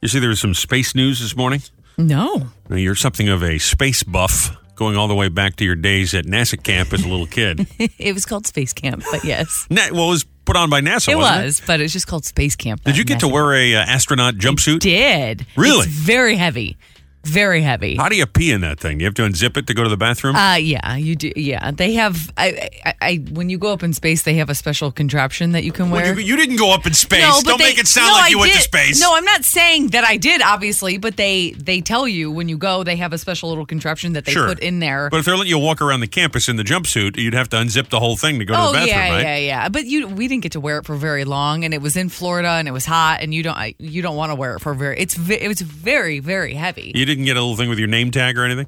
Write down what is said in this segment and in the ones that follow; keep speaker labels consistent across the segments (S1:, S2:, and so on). S1: You see, there was some space news this morning.
S2: No.
S1: Now, You're something of a space buff, going all the way back to your days at NASA camp as a little kid.
S2: it was called Space Camp, but yes.
S1: Na- well, it was put on by NASA.
S2: it
S1: wasn't
S2: was, but it's just called Space Camp.
S1: Did you get to wear a uh, astronaut jumpsuit?
S2: Did.
S1: Really?
S2: It's very heavy. Very heavy.
S1: How do you pee in that thing? Do you have to unzip it to go to the bathroom?
S2: Uh, yeah, you do. Yeah, they have. I, I, I, when you go up in space, they have a special contraption that you can
S1: Well,
S2: wear.
S1: you, you didn't go up in space.
S2: No, but
S1: Don't
S2: they-
S1: make it sound
S2: no,
S1: like
S2: I
S1: you went to
S2: did.
S1: space.
S2: No, I'm not saying that I did, obviously, but they they tell you when you go, they have a special little contraption that they
S1: sure.
S2: put in there.
S1: But if they're letting you walk around the campus in the jumpsuit, you'd have to unzip the whole thing to go to
S2: oh
S1: the bathroom,
S2: yeah,
S1: right?
S2: yeah, yeah. But you, we didn't get to wear it for very long, and it was in Florida, and it was hot, and you don't I- you don't want to wear it for very. It's ve- it was very very heavy.
S1: You didn't get a little thing with your name tag or anything?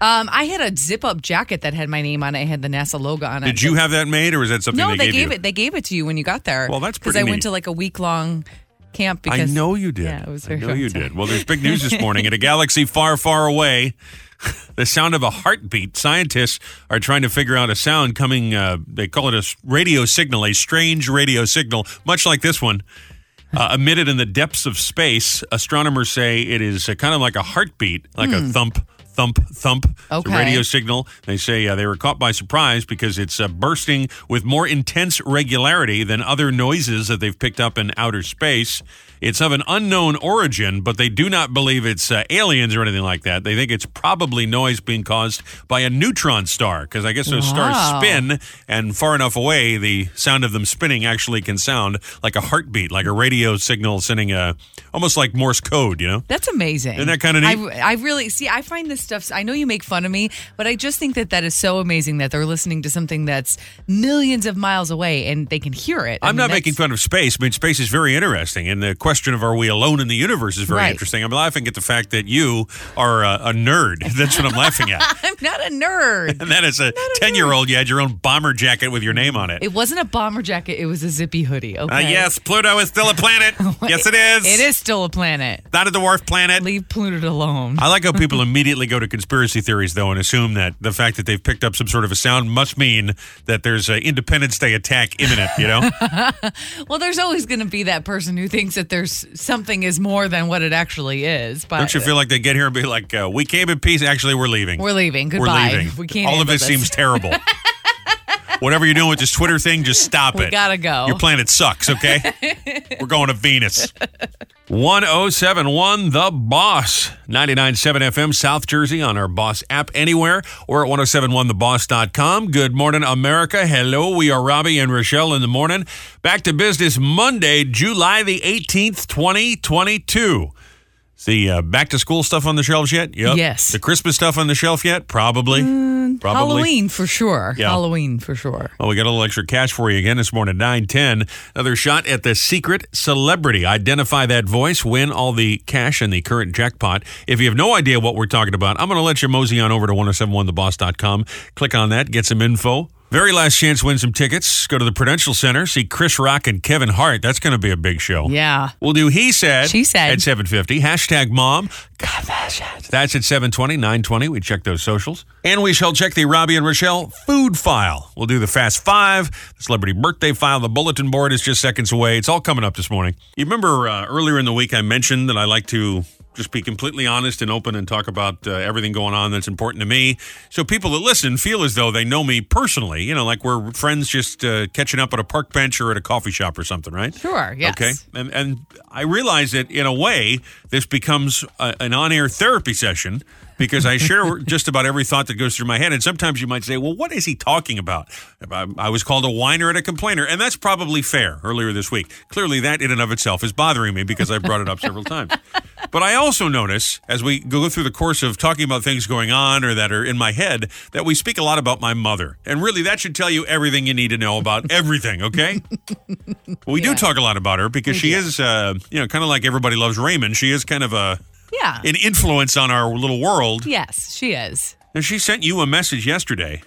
S2: Um, I had a zip up jacket that had my name on it, it had the NASA logo on it.
S1: Did you have that made, or was that something
S2: No,
S1: they,
S2: they, gave,
S1: you?
S2: it. They gave it to you when you got there.
S1: Well, that's
S2: I
S1: pretty neat.
S2: went to like a week long camp.
S1: I
S2: Because
S1: know you did.
S2: Yeah, it was
S1: I
S2: very.
S1: know you
S2: upsetting.
S1: did. Well, there's big news this morning. In a galaxy far, far away, the sound of a heartbeat. Scientists are trying to figure out a sound coming, uh, they call it a s- radio signal, a strange radio signal, much like this one. Uh, emitted in the depths of space, astronomers say it is uh, kind of like a heartbeat, like a thump, thump, thump. It's a
S2: Okay.
S1: radio signal. They say uh, they were caught by surprise because it's uh, bursting with more intense regularity than other noises that they've picked up in outer space. It's of an unknown origin, but they do not believe it's uh, aliens or anything like that. They think it's probably noise being caused by a neutron star, because I guess those stars
S2: Wow.
S1: spin, and far enough away, the sound of them spinning actually can sound like a heartbeat, like a radio signal sending a almost like Morse code, you know?
S2: That's amazing.
S1: Isn't that kinda neat?
S2: I, I really see. I find this stuff. I know you make fun of me, but I just think that that is so amazing that they're listening to something that's millions of miles away and they can hear it. I
S1: I'm
S2: mean,
S1: not
S2: that's-
S1: making fun of space. I mean, space is very interesting, and the question of are we alone in the universe is very
S2: Right.
S1: interesting. I'm laughing at the fact that you are a, a nerd. That's what I'm laughing at.
S2: I'm not a nerd.
S1: And that is a ten year old. You had your own bomber jacket with your name on it.
S2: It wasn't a bomber jacket. It was a zippy hoodie. Okay.
S1: Uh, yes, Pluto is still a planet. yes, it is.
S2: It is still a planet.
S1: not a dwarf planet.
S2: Leave Pluto alone.
S1: I like how people immediately go to conspiracy theories, though, and assume that the fact that they've picked up some sort of a sound must mean that there's an Independence Day attack imminent, you know?
S2: Well, there's always going to be that person who thinks that there's something is more than what it actually is. But
S1: Don't you feel like they get here and be like, uh, we came in peace? Actually, we're leaving.
S2: We're leaving.
S1: We're
S2: Goodbye.
S1: leaving.
S2: We can't
S1: All of
S2: handle
S1: this,
S2: this.
S1: seems terrible. Whatever you're doing with this Twitter thing, just stop
S2: We
S1: it.
S2: gotta go.
S1: Your planet sucks, okay? We're going to Venus. 1071 The Boss. 997 FM South Jersey on our Boss app anywhere or at 1071theboss.com. Good morning, America. Hello, we are Robbie and Rochelle in the morning. Back to business Monday, July the 18th, 2022. Is the uh, back to school stuff on the shelves yet? Yep.
S2: Yes. Mm,
S1: The Christmas stuff on the shelf yet? Probably. Probably.
S2: Halloween for sure.
S1: Yeah.
S2: Halloween for sure.
S1: Well, we got a little extra cash for you again this morning at 910. Another shot at the secret celebrity. Identify that voice, win all the cash in the current jackpot. If you have no idea what we're talking about, I'm going to let you mosey on over to 1071theboss.com. Click on that, get some info. Very last chance, win some tickets. Go to the Prudential Center, see Chris Rock and Kevin Hart. That's going to be a big show.
S2: Yeah.
S1: We'll do he said.
S2: She said.
S1: At 750. Hashtag mom. That's at 720, 920. We check those socials. And we shall check the Robbie and Rochelle food file. We'll do the Fast Five, the Celebrity Birthday File. The bulletin board is just seconds away. It's all coming up this morning. You remember uh, earlier in the week I mentioned that I like to just be completely honest and open and talk about uh, everything going on that's important to me. So people that listen feel as though they know me personally, you know, like we're friends just uh, catching up at a park bench or at a coffee shop or something, right?
S2: Sure. Yes.
S1: Okay. And, and I realize that in a way, this becomes a, an on air therapy session because I share just about every thought that goes through my head. And sometimes you might say, well, what is he talking about? I, I was called a whiner and a complainer. And that's probably fair earlier this week. Clearly, that in and of itself is bothering me because I brought it up several times. But I also notice as we go through the course of talking about things going on or that are in my head that we speak a lot about my mother. And really, that should tell you everything you need to know about everything, okay? We do talk a lot about her because she is, uh, you know, kind of like everybody loves Raymond. She is kind of a
S2: Yeah.
S1: an influence on our little world.
S2: yes, she is.
S1: And she sent you a message yesterday.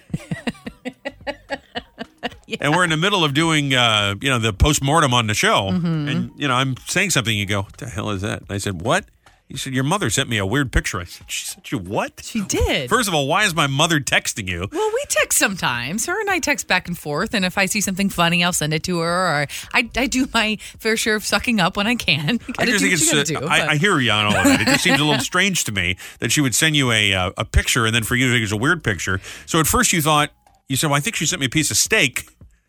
S1: And we're in the middle of doing, uh, you know,
S2: Mm-hmm.
S1: the postmortem on the show. And, you know, I'm saying something. You go, what the hell is that? And I said, what? He said, Your mother sent me a weird picture. I said, She sent you what?
S2: She did.
S1: First of all, why is my mother texting you?
S2: well, we text sometimes. Her and I text back and forth, and if I see something funny, I'll send it to her. Or I, I do my fair share of sucking up when I can.
S1: I
S2: Gotta
S1: just
S2: do
S1: think
S2: what
S1: it's.
S2: you
S1: uh,
S2: gotta do, but-
S1: I, I hear you on all of that. It just seems a little strange to me that she would send you a uh, a picture and then for you to think it's a weird picture. So at first you thought you said, "Well, I think she sent me a piece of steak."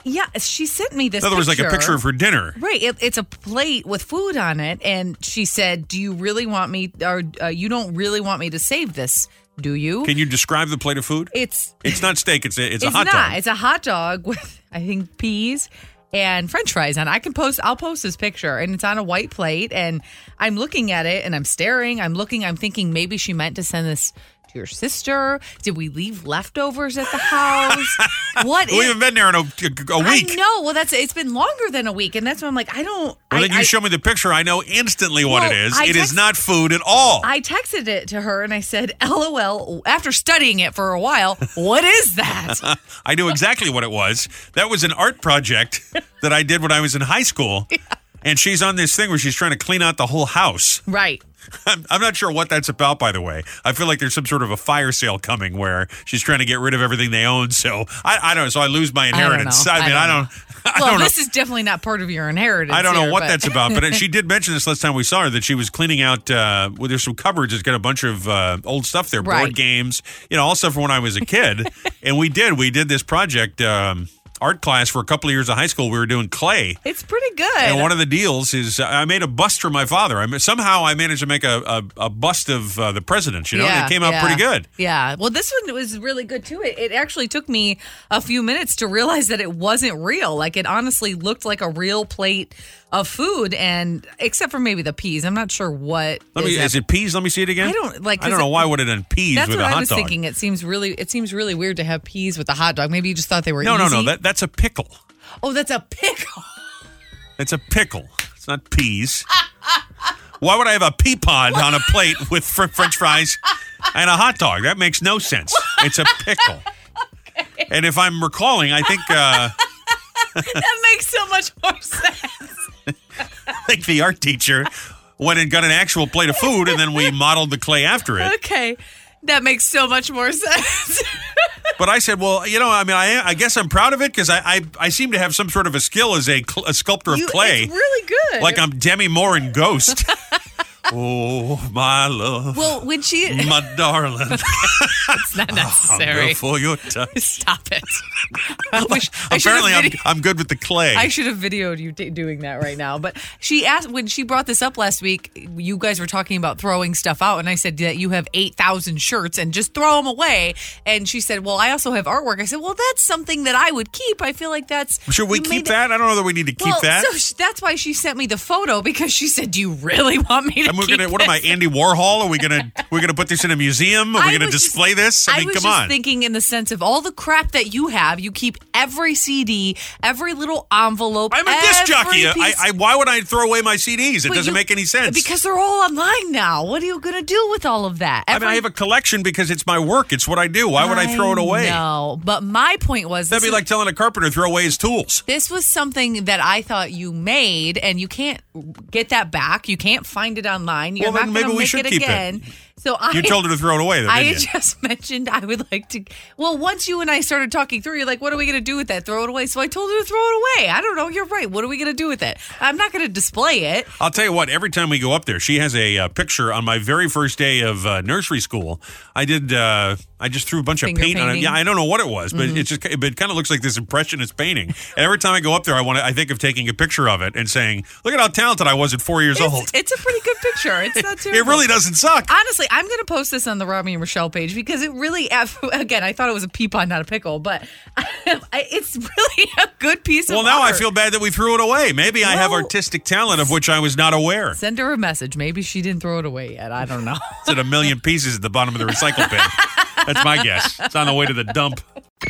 S2: yeah, she sent me this.
S1: In other words, like a picture of her dinner.
S2: Right. It, it's a plate with food on it. And she said, Do you really want me, or uh, you don't really want me to save this, do you?
S1: Can you describe the plate of food?
S2: it's
S1: It's not steak. It's a it's, a
S2: it's
S1: hot
S2: not.
S1: dog.
S2: It's a hot dog with, I think, peas and french fries on it. I can post, I'll post this picture and it's on a white plate. And I'm looking at it and I'm staring. I'm looking, I'm thinking maybe she meant to send this. to Your sister? Did we leave leftovers at the house? what?
S1: We
S2: is-
S1: haven't been there in a, a week.
S2: I know. Well, that's it's been longer than a week, and that's why I'm like, I don't.
S1: Well,
S2: I,
S1: then you
S2: I-
S1: show me the picture. I know instantly what
S2: Well,
S1: it is.
S2: I
S1: It is
S2: text-
S1: not food at all.
S2: I texted it to her and I said, LOL, after studying it for a while, what is that?
S1: I knew exactly what it was. That was an art project that I did when I was in high school. And she's on this thing where she's trying to clean out the whole house.
S2: right.
S1: I'm, I'm not sure what that's about, by the way. I feel like there's some sort of a fire sale coming where she's trying to get rid of everything they own. So I, I don't. So I lose my
S2: I don't
S1: inheritance.
S2: know.
S1: I, mean, I don't. I
S2: well,
S1: don't know.
S2: this is definitely not part of your inheritance.
S1: I don't know
S2: here,
S1: what
S2: but-
S1: that's about, but she did mention this last time we saw her that she was cleaning out. Uh, well, there's some cupboards that's got a bunch of uh, old stuff there, board
S2: Right.
S1: games, you know, all stuff from when I was a kid. and we did, we did this project um, art class for a couple of years of high school. We were doing clay.
S2: It's pretty good.
S1: And one of the deals is uh, I made a bust for my father. I ma- somehow I managed to make a, a, a bust of uh, the presidents. You know, and it came out
S2: yeah.
S1: pretty good.
S2: Yeah. Well, this one was really good too. It, it actually took me a few minutes to realize that it wasn't real. Like it honestly looked like a real plate of food, and except for maybe the peas, I'm not sure what.
S1: Let me,
S2: is
S1: is it peas? Let me see it again.
S2: I don't- like,
S1: I don't
S2: is
S1: know
S2: it-
S1: why would it done peas
S2: That's
S1: with
S2: what
S1: a hot
S2: I was
S1: dog.
S2: thinking. It seems really it seems really weird to have peas with a hot dog. Maybe you just thought they were
S1: No, no, no.
S2: easy.
S1: That, that's a pickle.
S2: oh, that's a pickle.
S1: It's a pickle. It's not peas. Why would I have a pea pod on a plate with fr- French fries and a hot dog? That makes no sense. It's a pickle. And if I'm recalling, I think uh,
S2: that makes so much more sense.
S1: I think the art teacher went and got an actual plate of food, and then we modeled the clay after it.
S2: Okay. That makes so much more sense.
S1: But I said, well, you know, I mean, I, I guess I'm proud of it because I, I I seem to have some sort of a skill as a, cl- a sculptor of
S2: You-
S1: clay,
S2: It's really good.
S1: like I'm Demi Moore in Ghost. oh my love,
S2: well, when she
S1: my darling.
S2: it's
S1: Oh,
S2: not
S1: I'm
S2: necessary.
S1: good for your touch.
S2: Stop it. I wish I should have
S1: Apparently, I'm,
S2: video-
S1: I'm good with the clay.
S2: I should have videoed you t- doing that right now. But she asked when she brought this up last week. You guys were talking about throwing stuff out, and I said that you have eight thousand shirts and just throw them away. And she said, "Well, I also have artwork." I said, "Well, that's something that I would keep. I feel like that's
S1: should we
S2: you
S1: keep
S2: made-
S1: that? I don't know that we need to keep
S2: well,
S1: that.
S2: So sh- that's why she sent me the photo because she said, "Do you really want me to?"
S1: and we're
S2: keep
S1: gonna. What am I,
S2: this?"
S1: Andy Warhol? Are we gonna? We're gonna put this in a museum? Are
S2: I
S1: we gonna
S2: was just-
S1: display this? I mean,
S2: was
S1: come
S2: just
S1: on.
S2: thinking in the sense of all the crap that you have. You keep every CD, every little envelope.
S1: I'm a disc
S2: every
S1: jockey. I,
S2: piece-
S1: I, why would I throw away my CDs? It
S2: But
S1: doesn't
S2: you-
S1: make any sense.
S2: Because they're all online now. What are you going to do with all of that?
S1: I mean, I have a collection because it's my work. It's what I do. Why would I, throw it away?
S2: No, but my point was
S1: That'd
S2: this
S1: be
S2: is-
S1: like telling a carpenter to throw away his tools.
S2: this was something that I thought you made, and you can't get that back. You can't find it online. You're
S1: Well, then
S2: not
S1: maybe
S2: going
S1: we
S2: to make
S1: should
S2: it
S1: keep it.
S2: again. So I
S1: You told her to throw it away, though,
S2: I had
S1: didn't you?
S2: just mentioned I would like to. Well, once you and I started talking through, you're like, "What are we going to do with that? Throw it away." So I told her to throw it away. I don't know. You're right. What are we going to do with it? I'm not going to display it.
S1: I'll tell you what. Every time we go up there, she has a uh, picture on my very first day of uh, nursery school. I did. Uh, I just threw a bunch
S2: Finger
S1: of paint on it.
S2: painting. Mm-hmm.
S1: Yeah, I don't know what it was, but it just. But it kind of looks like this impressionist painting. and every time I go up there, I want. to I think of taking a picture of it and saying, "Look at how talented I was at four years old."
S2: It's, it's a pretty good picture. It's
S1: Oh.
S2: not
S1: It
S2: terrible.
S1: really doesn't suck.
S2: Honestly, I'm going to post this on the Robbie and Rochelle page because it really, again, I thought it was a peapod, not a pickle, but I- it's really a good piece of
S1: well, now I
S2: art.
S1: feel bad that we threw it away. Maybe I have
S2: Well-
S1: artistic talent of which I was not aware.
S2: Send her a message. Maybe she didn't throw it away yet. I don't know.
S1: It's at a million pieces at the bottom of the recycle bin. That's my guess. It's on the way to the dump.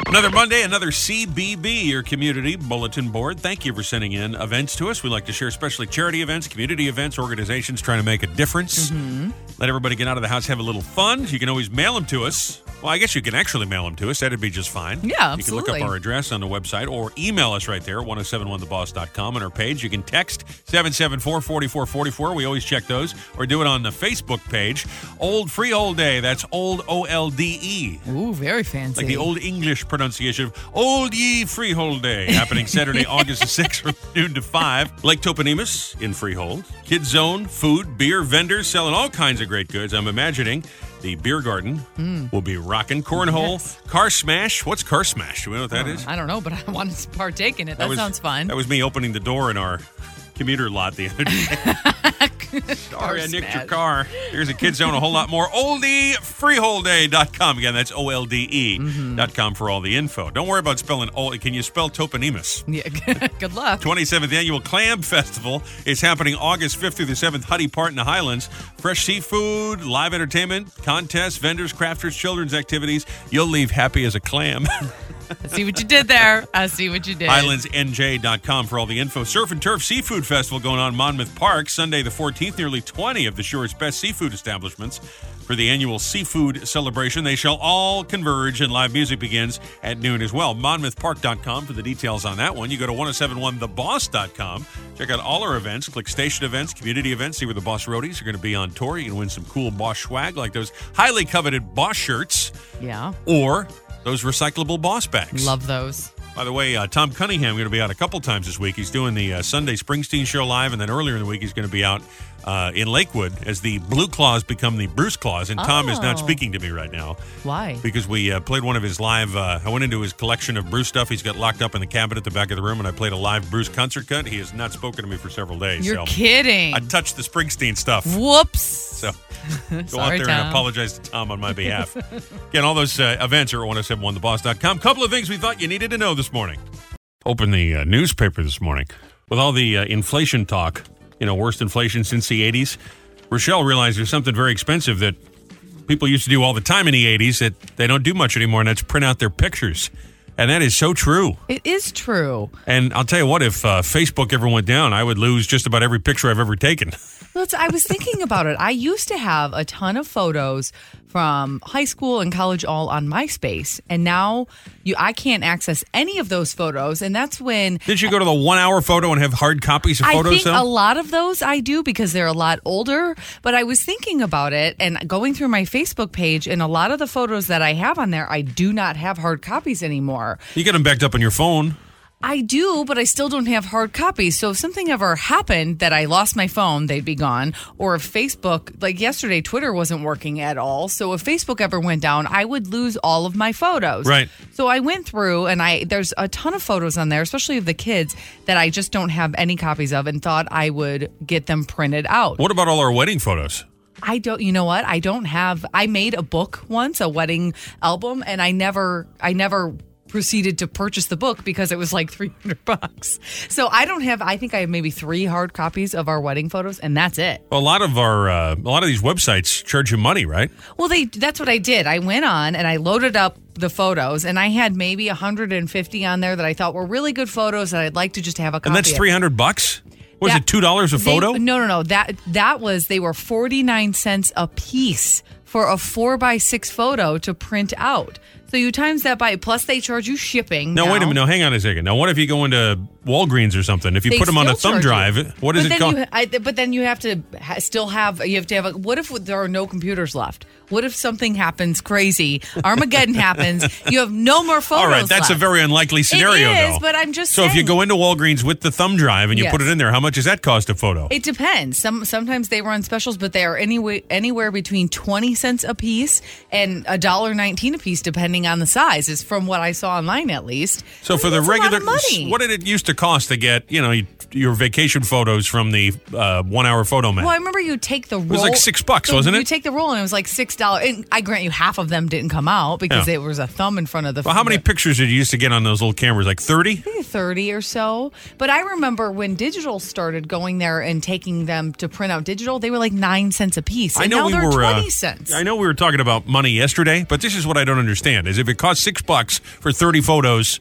S1: Another Monday, another CBB, your community bulletin board. Thank you for sending in events to us. We like to share, especially charity events, community events, organizations trying to make a difference.
S2: Mm-hmm.
S1: Let everybody get out of the house, have a little fun. You can always mail them to us. Well, I guess you can actually mail them to us. That'd be just fine.
S2: Yeah,
S1: You can look up
S2: absolutely.
S1: our address on the website or email us right there oh at 1071theboss.com on our page. You can text 774 4444. We always check those. Or do it on the Facebook page. Old Free Old Day. That's old O L D E.
S2: Ooh, very fancy.
S1: Like the old English pronunciation of Old Ye Freehold Day, happening Saturday, August the 6th from noon to 5. Lake Topanimus in Freehold. Kids Zone, food, beer vendors selling all kinds of great goods. I'm imagining the beer garden will be rocking. Cornhole, car smash. What's car smash? Do we know what that is?
S2: I don't know, but I want to partake in it. That,
S1: was-
S2: sounds fun.
S1: That was me opening the door in our commuter lot the other day. Sorry, I nicked your
S2: smash.
S1: car. Here's a kids zone, a whole lot more. Oldfreeholday.com. Again, that's O L D E
S2: Mm-hmm.
S1: dot com for all the info. Don't worry about spelling old. Can you spell toponymus?
S2: Yeah. Good luck.
S1: 27th Annual Clam Festival is happening August 5th through the 7th, Huddy Park in the Highlands. Fresh seafood, live entertainment, contests, vendors, crafters, children's activities. You'll leave happy as a clam.
S2: I see what you did there. I see what you did.
S1: IslandsNJ.com for all the info. Surf and Turf Seafood Festival going on in Monmouth Park Sunday the 14th. Nearly 20 of the shore's best seafood establishments for the annual seafood celebration. They shall all converge, and live music begins at noon as well. MonmouthPark.com for the details on that one. You go to 1071theboss.com. Check out all our events. Click station events, community events. See where the Boss Roadies are going to be on tour. You can win some cool Boss swag like those highly coveted Boss shirts
S2: Yeah.
S1: or those recyclable Boss bags.
S2: Love those.
S1: By the way, uh, Tom Cunningham going to be out a couple times this week. He's doing the uh, Sunday Springsteen show live, and then earlier in the week he's going to be out uh, in Lakewood as the Blue Claws become the Bruce Claws. And Tom is not
S2: Oh.
S1: speaking to me right now
S2: Why?
S1: because we uh, played one of his live. Uh, I went into his collection of Bruce stuff. He's got locked up in the cabinet at the back of the room, and I played a live Bruce concert cut. He has not spoken to me for several days.
S2: You're
S1: so
S2: kidding.
S1: I touched the Springsteen stuff.
S2: Whoops.
S1: So go
S2: Sorry,
S1: out there and
S2: Tom.
S1: apologize to Tom on my behalf. Again, all those uh, events are at 1071theboss.com. Couple of things we thought you needed to know this morning. Open the uh, newspaper this morning with all the uh, inflation talk, you know, worst inflation since the 80s. Rochelle realized there's something very expensive that people used to do all the time in the 80s that they don't do much anymore, and that's print out their pictures. And that is so true.
S2: It is true.
S1: And I'll tell you what, if uh, Facebook ever went down, I would lose just about every picture I've ever taken.
S2: Well, it's- I was thinking about it. I used to have a ton of photos from high school and college all on MySpace, and now you I can't access any of those photos, and that's when
S1: Did you go to the one hour photo and have hard copies of
S2: I
S1: photos?
S2: think
S1: though?
S2: a lot of those I do because they're a lot older. But I was thinking about it and going through my Facebook page, and a lot of the photos that I have on there, I do not have hard copies anymore.
S1: You get them backed up on your phone.
S2: I do, but I still don't have hard copies. So if something ever happened that I lost my phone, they'd be gone. Or if Facebook, like yesterday, Twitter wasn't working at all. So if Facebook ever went down, I would lose all of my photos.
S1: Right.
S2: So I went through and I there's a ton of photos on there, especially of the kids that I just don't have any copies of and thought I would get them printed out.
S1: What about all our wedding photos?
S2: I don't you know what? I don't have I made a book once, a wedding album, and I never I never proceeded to purchase the book because it was like 300 bucks. So I don't have I think I have maybe 3 hard copies of our wedding photos and that's it.
S1: A lot of our, uh, a lot of these websites charge you money, right?
S2: Well, they that's what I did. I went on and I loaded up the photos and I had maybe 150 on there that I thought were really good photos that I'd like to just have a copy
S1: And that's
S2: of.
S1: three hundred bucks. Was
S2: That-
S1: it two dollars a
S2: They-
S1: photo?
S2: no, no, no. That that was they were forty nine cents a piece for a four by six photo to print out. So you times that by plus they charge you shipping.
S1: Now,
S2: now.
S1: wait a minute. Now, hang on a second. Now, what if you go into Walgreens or something? If you
S2: They
S1: put them on a
S2: still
S1: thumb
S2: charge
S1: drive,
S2: you.
S1: what is
S2: but
S1: it
S2: then
S1: called?
S2: you ha- I, but then you have to ha- still have you have to have. A, what if there are no computers left? What if something happens crazy? Armageddon happens. You have no more photos.
S1: all right, that's a
S2: left.
S1: very unlikely scenario,
S2: is,
S1: though.
S2: but I'm just
S1: so if you
S2: saying.
S1: go into Walgreens with the thumb drive and you put
S2: Yes.
S1: it in there, how much does that cost a photo?
S2: It depends. Some sometimes they run specials, but they are anyway anywhere between twenty cents a piece and a dollar nineteen a piece, depending on the size. Is from what I saw online at least.
S1: So
S2: I
S1: for
S2: mean,
S1: the
S2: that's a lot
S1: regular,
S2: of money,
S1: what did it used to cost to get you know your vacation photos from the uh, one-hour photo man?
S2: well, I remember you take the roll. It
S1: was like six bucks, wasn't it?
S2: You take the roll, and it was like six dollars. And I grant you, half of them didn't come out because
S1: Yeah.
S2: there was a thumb in front of the.
S1: Well, how many pictures did you used to get on those little cameras? Like thirty?
S2: maybe 30 or so. But I remember when digital started going there and taking them to print out digital, they were like nine cents a piece. And
S1: I know
S2: now
S1: we
S2: they're
S1: were uh,
S2: 20 cents. minutes.
S1: I know we were talking about money yesterday, but this is what I don't understand: is if it cost six bucks for thirty photos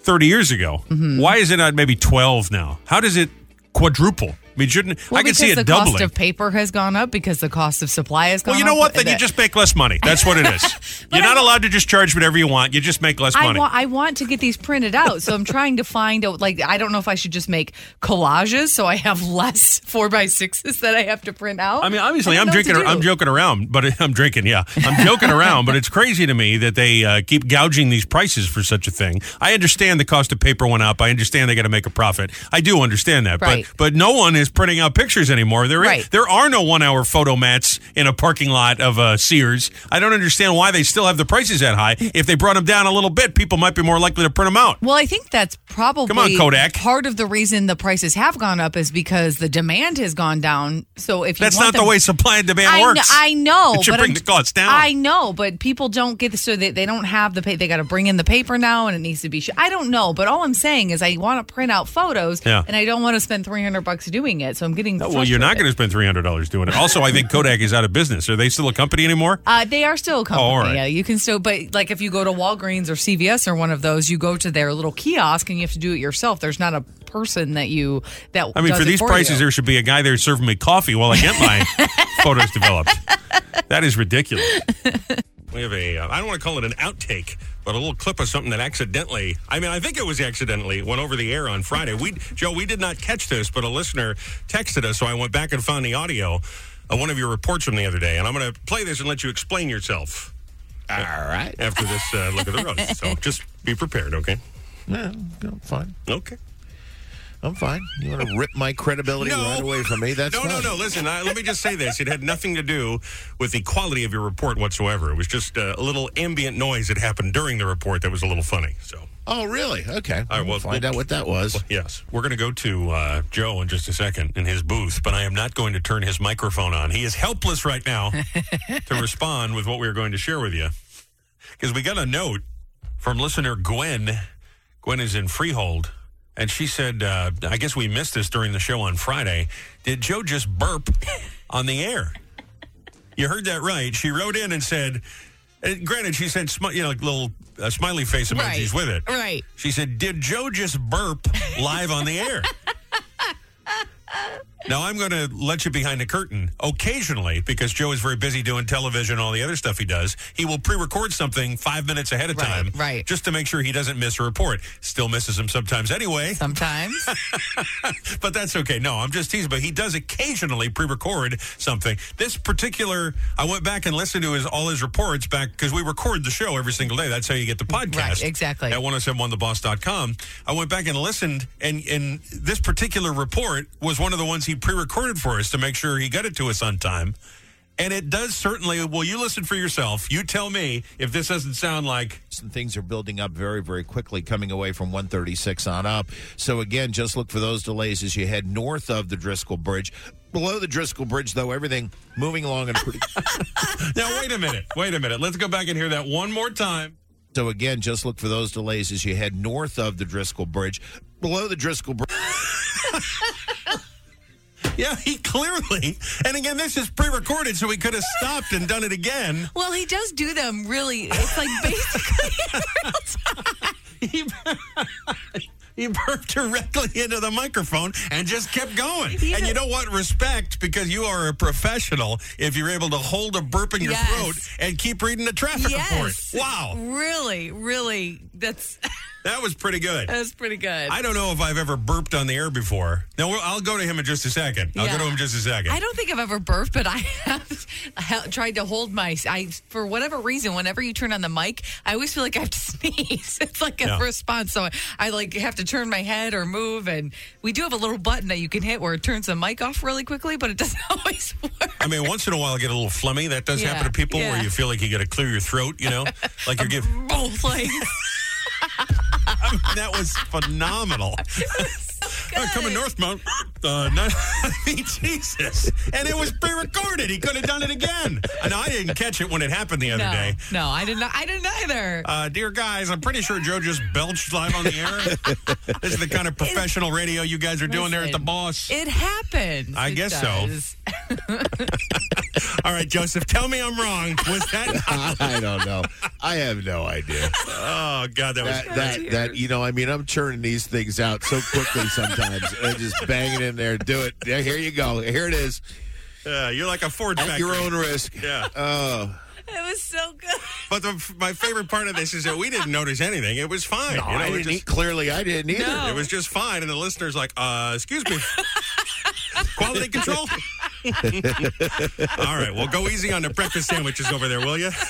S1: thirty years ago,
S2: Mm-hmm.
S1: why is it not maybe twelve now? How does it quadruple? I mean, shouldn't
S2: Well,
S1: I can
S2: because
S1: see it
S2: the
S1: doubling?
S2: cost of paper has gone up because the cost of supply has gone
S1: well,
S2: up.
S1: you know what? Then you
S2: That-
S1: just make less money. That's what it is. You're not allowed to just charge whatever you want. You just make less
S2: I
S1: money.
S2: want I want to get these printed out, so I'm trying to find out. Like I don't know if I should just make collages, so I have less four by sixes that I have to print out.
S1: I mean, obviously,
S2: don't
S1: I'm
S2: know what to
S1: drinking.
S2: do.
S1: I'm joking around, but I'm drinking. Yeah, I'm joking around. But it's crazy to me that they uh, keep gouging these prices for such a thing. I understand the cost of paper went up. I understand they got to make a profit. I do understand that.
S2: Right.
S1: But but no one is printing out pictures anymore. There
S2: Right.
S1: there are no one hour photo mats in a parking lot of uh, Sears. I don't understand why they still have the prices that high. If they brought them down a little bit, people might be more likely to print them out.
S2: Well, I think that's probably
S1: Come on, Kodak.
S2: part of the reason the prices have gone up is because the demand has gone down. So if you
S1: That's
S2: want
S1: not the
S2: them-
S1: way supply and demand
S2: I kn-
S1: works.
S2: I know,
S1: It should
S2: but
S1: bring
S2: I'm-
S1: the cost down.
S2: I know, but people don't get the, so they, they don't have the pay. They got to bring in the paper now, and it needs to be. Sh- I don't know, but all I'm saying is I want to print out photos,
S1: Yeah.
S2: and I don't want to spend three hundred bucks doing it. So I'm getting.
S1: Oh, well, you're not going
S2: frustrated.
S1: to spend three hundred dollars doing it. Also, I think Kodak is out of business. Are they still a company anymore?
S2: Uh, they are still a company.
S1: Oh, all right.
S2: Yeah, you can still, but like if you go to Walgreens or CVS or one of those, you go to their little kiosk and you have to do it yourself. There's not a person that you that.
S1: I mean,
S2: does
S1: for
S2: it
S1: these
S2: for
S1: prices,
S2: you.
S1: there should be a guy there serving me coffee while I get my photos developed. That is ridiculous. We have a, uh, I don't want to call it an outtake, but a little clip of something that accidentally, I mean, I think it was accidentally, went over the air on Friday. We, Joe, we did not catch this, but a listener texted us, so I went back and found the audio of one of your reports from the other day. And I'm going to play this and let you explain yourself
S3: All right.
S1: after this uh, look at the road. So just be prepared, okay?
S3: Yeah, I'm fine.
S1: Okay.
S3: I'm fine. You want to rip my credibility
S1: No.
S3: right away from me? That's
S1: no,
S3: fine.
S1: no, no. Listen, I, let me just say this. It had nothing to do with the quality of your report whatsoever. It was just uh, a little ambient noise that happened during the report that was a little funny. So,
S3: Oh, really? Okay.
S1: right,
S3: I'll
S1: well,
S3: find
S1: we'll-
S3: out what that was.
S1: yes, we're going to go to uh, Joe in just a second in his booth, but I am not going to turn his microphone on. He is helpless right now to respond with what we are going to share with you because we got a note from listener Gwen. Gwen is in Freehold. And she said, uh, I guess we missed this during the show on Friday. Did Joe just burp on the air? You heard that right. She wrote in and said, and granted, she sent smi- you know, like little uh, smiley face emojis
S2: Right.
S1: with it.
S2: Right.
S1: She said, Did Joe just burp live on the air? Now I'm going to let you behind the curtain occasionally because Joe is very busy doing television and all the other stuff he does. He will pre-record something five minutes ahead of
S2: Right,
S1: time,
S2: right.
S1: Just to make sure he doesn't miss a report. Still misses him sometimes anyway,
S2: sometimes.
S1: but that's okay. No, I'm just teasing. But he does occasionally pre-record something. This particular, I went back and listened to his all his reports back because we record the show every single day. That's how you get the podcast,
S2: Right, exactly.
S1: At 1071theboss.com. I went back and listened, and and this particular report was one of the ones he pre-recorded for us to make sure he got it to us on time. And it does certainly. Well, you listen for yourself. You tell me if this doesn't sound like
S3: and things are building up very, very quickly coming away from 136 on up. So, again, just look for those delays as you head north of the Driscoll Bridge. Below the Driscoll Bridge, though, everything moving along in a pretty.
S1: Now wait a minute. Wait a minute. Let's go back and hear that one more time.
S3: so, again, just look for those delays as you head north of the Driscoll Bridge. Below the Driscoll Bridge.
S1: Yeah, he clearly. And again, this is pre-recorded, so he could have stopped and done it again.
S2: well, he does do them really. It's like basically.
S1: He, he burped directly into the microphone and just kept going.
S2: Yeah.
S1: And you know what? Respect, because you are a professional. If you're able to hold a burp in your
S2: Yes.
S1: throat and keep reading the traffic
S2: yes.
S1: report, wow,
S2: Really, really. That's
S1: that was pretty good.
S2: that's pretty good.
S1: I don't know if I've ever burped on the air before. No, we'll- I'll go to him in just a second. I'll
S2: Yeah.
S1: go to him in just a second.
S2: I don't think I've ever burped, but I have hel- tried to hold my. I for whatever reason, whenever you turn on the mic, I always feel like I have to sneeze. It's like a
S1: Yeah.
S2: response, so I, I like have to turn my head or move. And we do have a little button that you can hit where it turns the mic off really quickly, but it doesn't always work.
S1: I mean, once in a while, I get a little phlegmy. That does
S2: Yeah,
S1: happen to people where
S2: yeah.
S1: you feel like you got to clear your throat. You know, like you're giving.
S2: Both like
S1: That was phenomenal. Uh, coming north, Mount. Uh, not, I mean, Jesus. And it was pre-recorded. He could have done it again. And I didn't catch it when it happened the other
S2: no,
S1: day.
S2: no, I didn't. I didn't either.
S1: Uh, dear guys, I'm pretty sure Joe just belched live on the air. this is the kind of professional radio you guys are doing there at the
S2: Listen,
S1: boss.
S2: It happens.
S1: I
S2: It
S1: guess so.
S2: does.
S1: All right, Joseph, tell me I'm wrong. Was that?
S3: I don't know. I have no idea.
S1: Oh God, that was.
S3: That, that, that, you know, I mean, I'm churning these things out so quickly sometimes. I just bang it in there, do it. Yeah, here you go. Here it is.
S1: Uh, you're like a Ford
S3: At your
S1: factory.
S3: own risk.
S1: Yeah.
S3: Oh,
S2: It was so good.
S1: But the, my favorite part of this is that we didn't notice anything. It was fine.
S3: no,
S1: you know,
S3: I
S1: it
S3: didn't
S1: just-
S3: eat. Clearly, I didn't either.
S2: No.
S1: It was just fine, and the listener's like, uh, excuse me. Quality control? All right, well, go easy on the breakfast sandwiches over there, will you?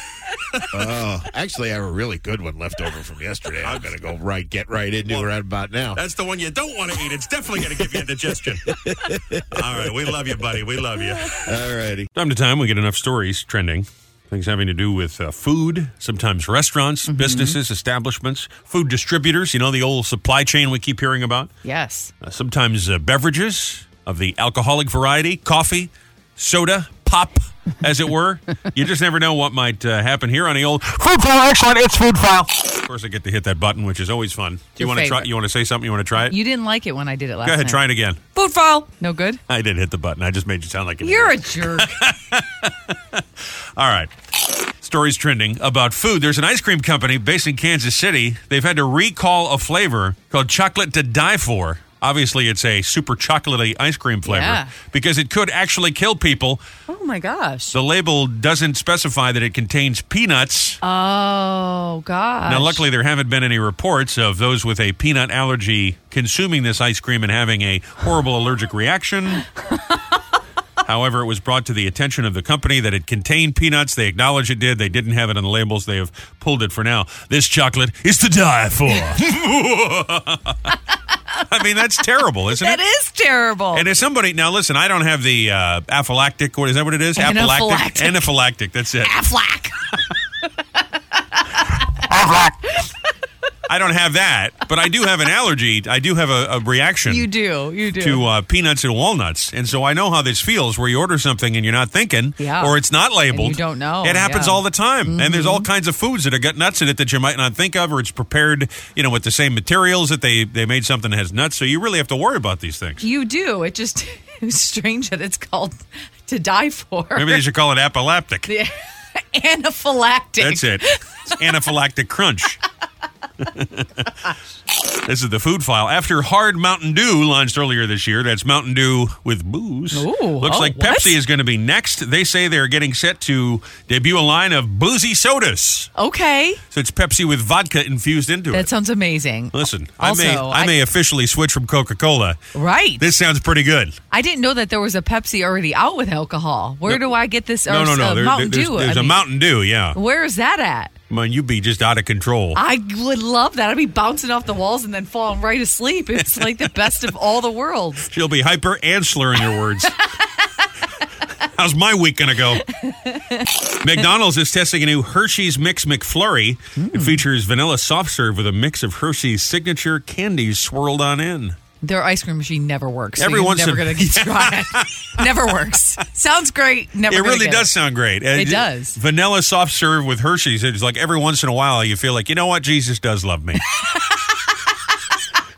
S3: Oh, actually, I have a really good one left over from yesterday. I'm going to go right, get right into it right about now.
S1: That's the one you don't want to eat. It's definitely going to give you indigestion. All right, we love you, buddy. We love you.
S3: All righty.
S1: Time to time, we get enough stories trending. Things having to do with uh, food, sometimes restaurants, businesses, establishments, food distributors, you know, the old supply chain we keep hearing about.
S2: Yes.
S1: Uh, sometimes uh, beverages of the alcoholic variety, coffee, soda, pop, as it were. you just never know what might uh, happen here on the old food file. Excellent, it's food file. Of course, I get to hit that button, which is always fun. you
S2: your
S1: want to try?
S2: favorite.
S1: You want to say something? You want to try it?
S2: You didn't like it when I did it last
S1: Go ahead,
S2: night.
S1: try it again.
S2: Food file. No good.
S1: I did hit the button. I just made you sound like an
S2: You're
S1: idiot.
S2: a jerk.
S1: All right. Stories trending about food. There's an ice cream company based in Kansas City. They've had to recall a flavor called chocolate to die for. Obviously, it's a super chocolatey ice cream flavor
S2: Yeah.
S1: because it could actually kill people.
S2: oh my gosh.
S1: The label doesn't specify that it contains peanuts.
S2: Oh gosh.
S1: now, luckily, there haven't been any reports of those with a peanut allergy consuming this ice cream and having a horrible allergic reaction. However, it was brought to the attention of the company that it contained peanuts. They acknowledge it did. They didn't have it on the labels. They have pulled it for now. This chocolate is to die for. I mean, that's terrible, isn't
S2: that
S1: it?
S2: is terrible.
S1: And if somebody now listen, I don't have the uh, aphylactic. What is that? What it is?
S2: Anaphylactic.
S1: Anaphylactic. That's it.
S2: Affleck.
S1: I don't have that, but I do have an allergy. I do have a, a reaction
S2: You do. You do.
S1: to uh, peanuts and walnuts, and so I know how this feels. Where you order something and you're not thinking,
S2: Yeah.
S1: or it's not labeled.
S2: you don't know,
S1: It happens
S2: yeah. Mm-hmm.
S1: all the time, and there's all kinds of foods that have got nuts in it that you might not think of, or it's prepared, you know, with the same materials that they they made something that has nuts. So you really have to worry about these things.
S2: you do. It just it's strange that it's called to die for.
S1: Maybe they should call it apalactic.
S2: Anaphylactic.
S1: That's it. It's anaphylactic crunch. this is the food file. After Hard Mountain Dew launched earlier this year, that's Mountain Dew with booze.
S2: Ooh,
S1: Looks
S2: oh,
S1: like
S2: what?
S1: Pepsi is going to be next. They say they're getting set to debut a line of boozy sodas.
S2: Okay.
S1: So it's Pepsi with vodka infused into
S2: That
S1: it.
S2: sounds amazing.
S1: Listen,
S2: Also,
S1: I may I,
S2: I-
S1: may officially switch from Coca Cola.
S2: Right.
S1: This sounds pretty good.
S2: I didn't know that there was a Pepsi already out with alcohol. Where do I get this?
S1: No,
S2: or
S1: no, no.
S2: uh,
S1: there-
S2: Mountain
S1: there's
S2: Dew.
S1: there's
S2: I
S1: a
S2: mean,
S1: Mountain Dew. Yeah,
S2: Where is that at?
S1: man, you'd be just out of control.
S2: I would love that. I'd be bouncing off the walls and then falling right asleep. It's like the best of all the worlds.
S1: She'll be hyper and slurring her words. How's my week going to go? McDonald's is testing a new Hershey's Mix McFlurry.
S2: Hmm.
S1: It features vanilla soft serve with a mix of Hershey's signature candies swirled on in.
S2: Their ice cream machine never works. So
S1: Every
S2: Every you're
S1: once
S2: never
S1: in-
S2: going to try it. never works. Sounds great. Never.
S1: It
S2: gonna
S1: really
S2: get
S1: does sound great. And
S2: It does.
S1: Vanilla soft serve with Hershey's. It's like every once in a while you feel like, you know what? Jesus does love me.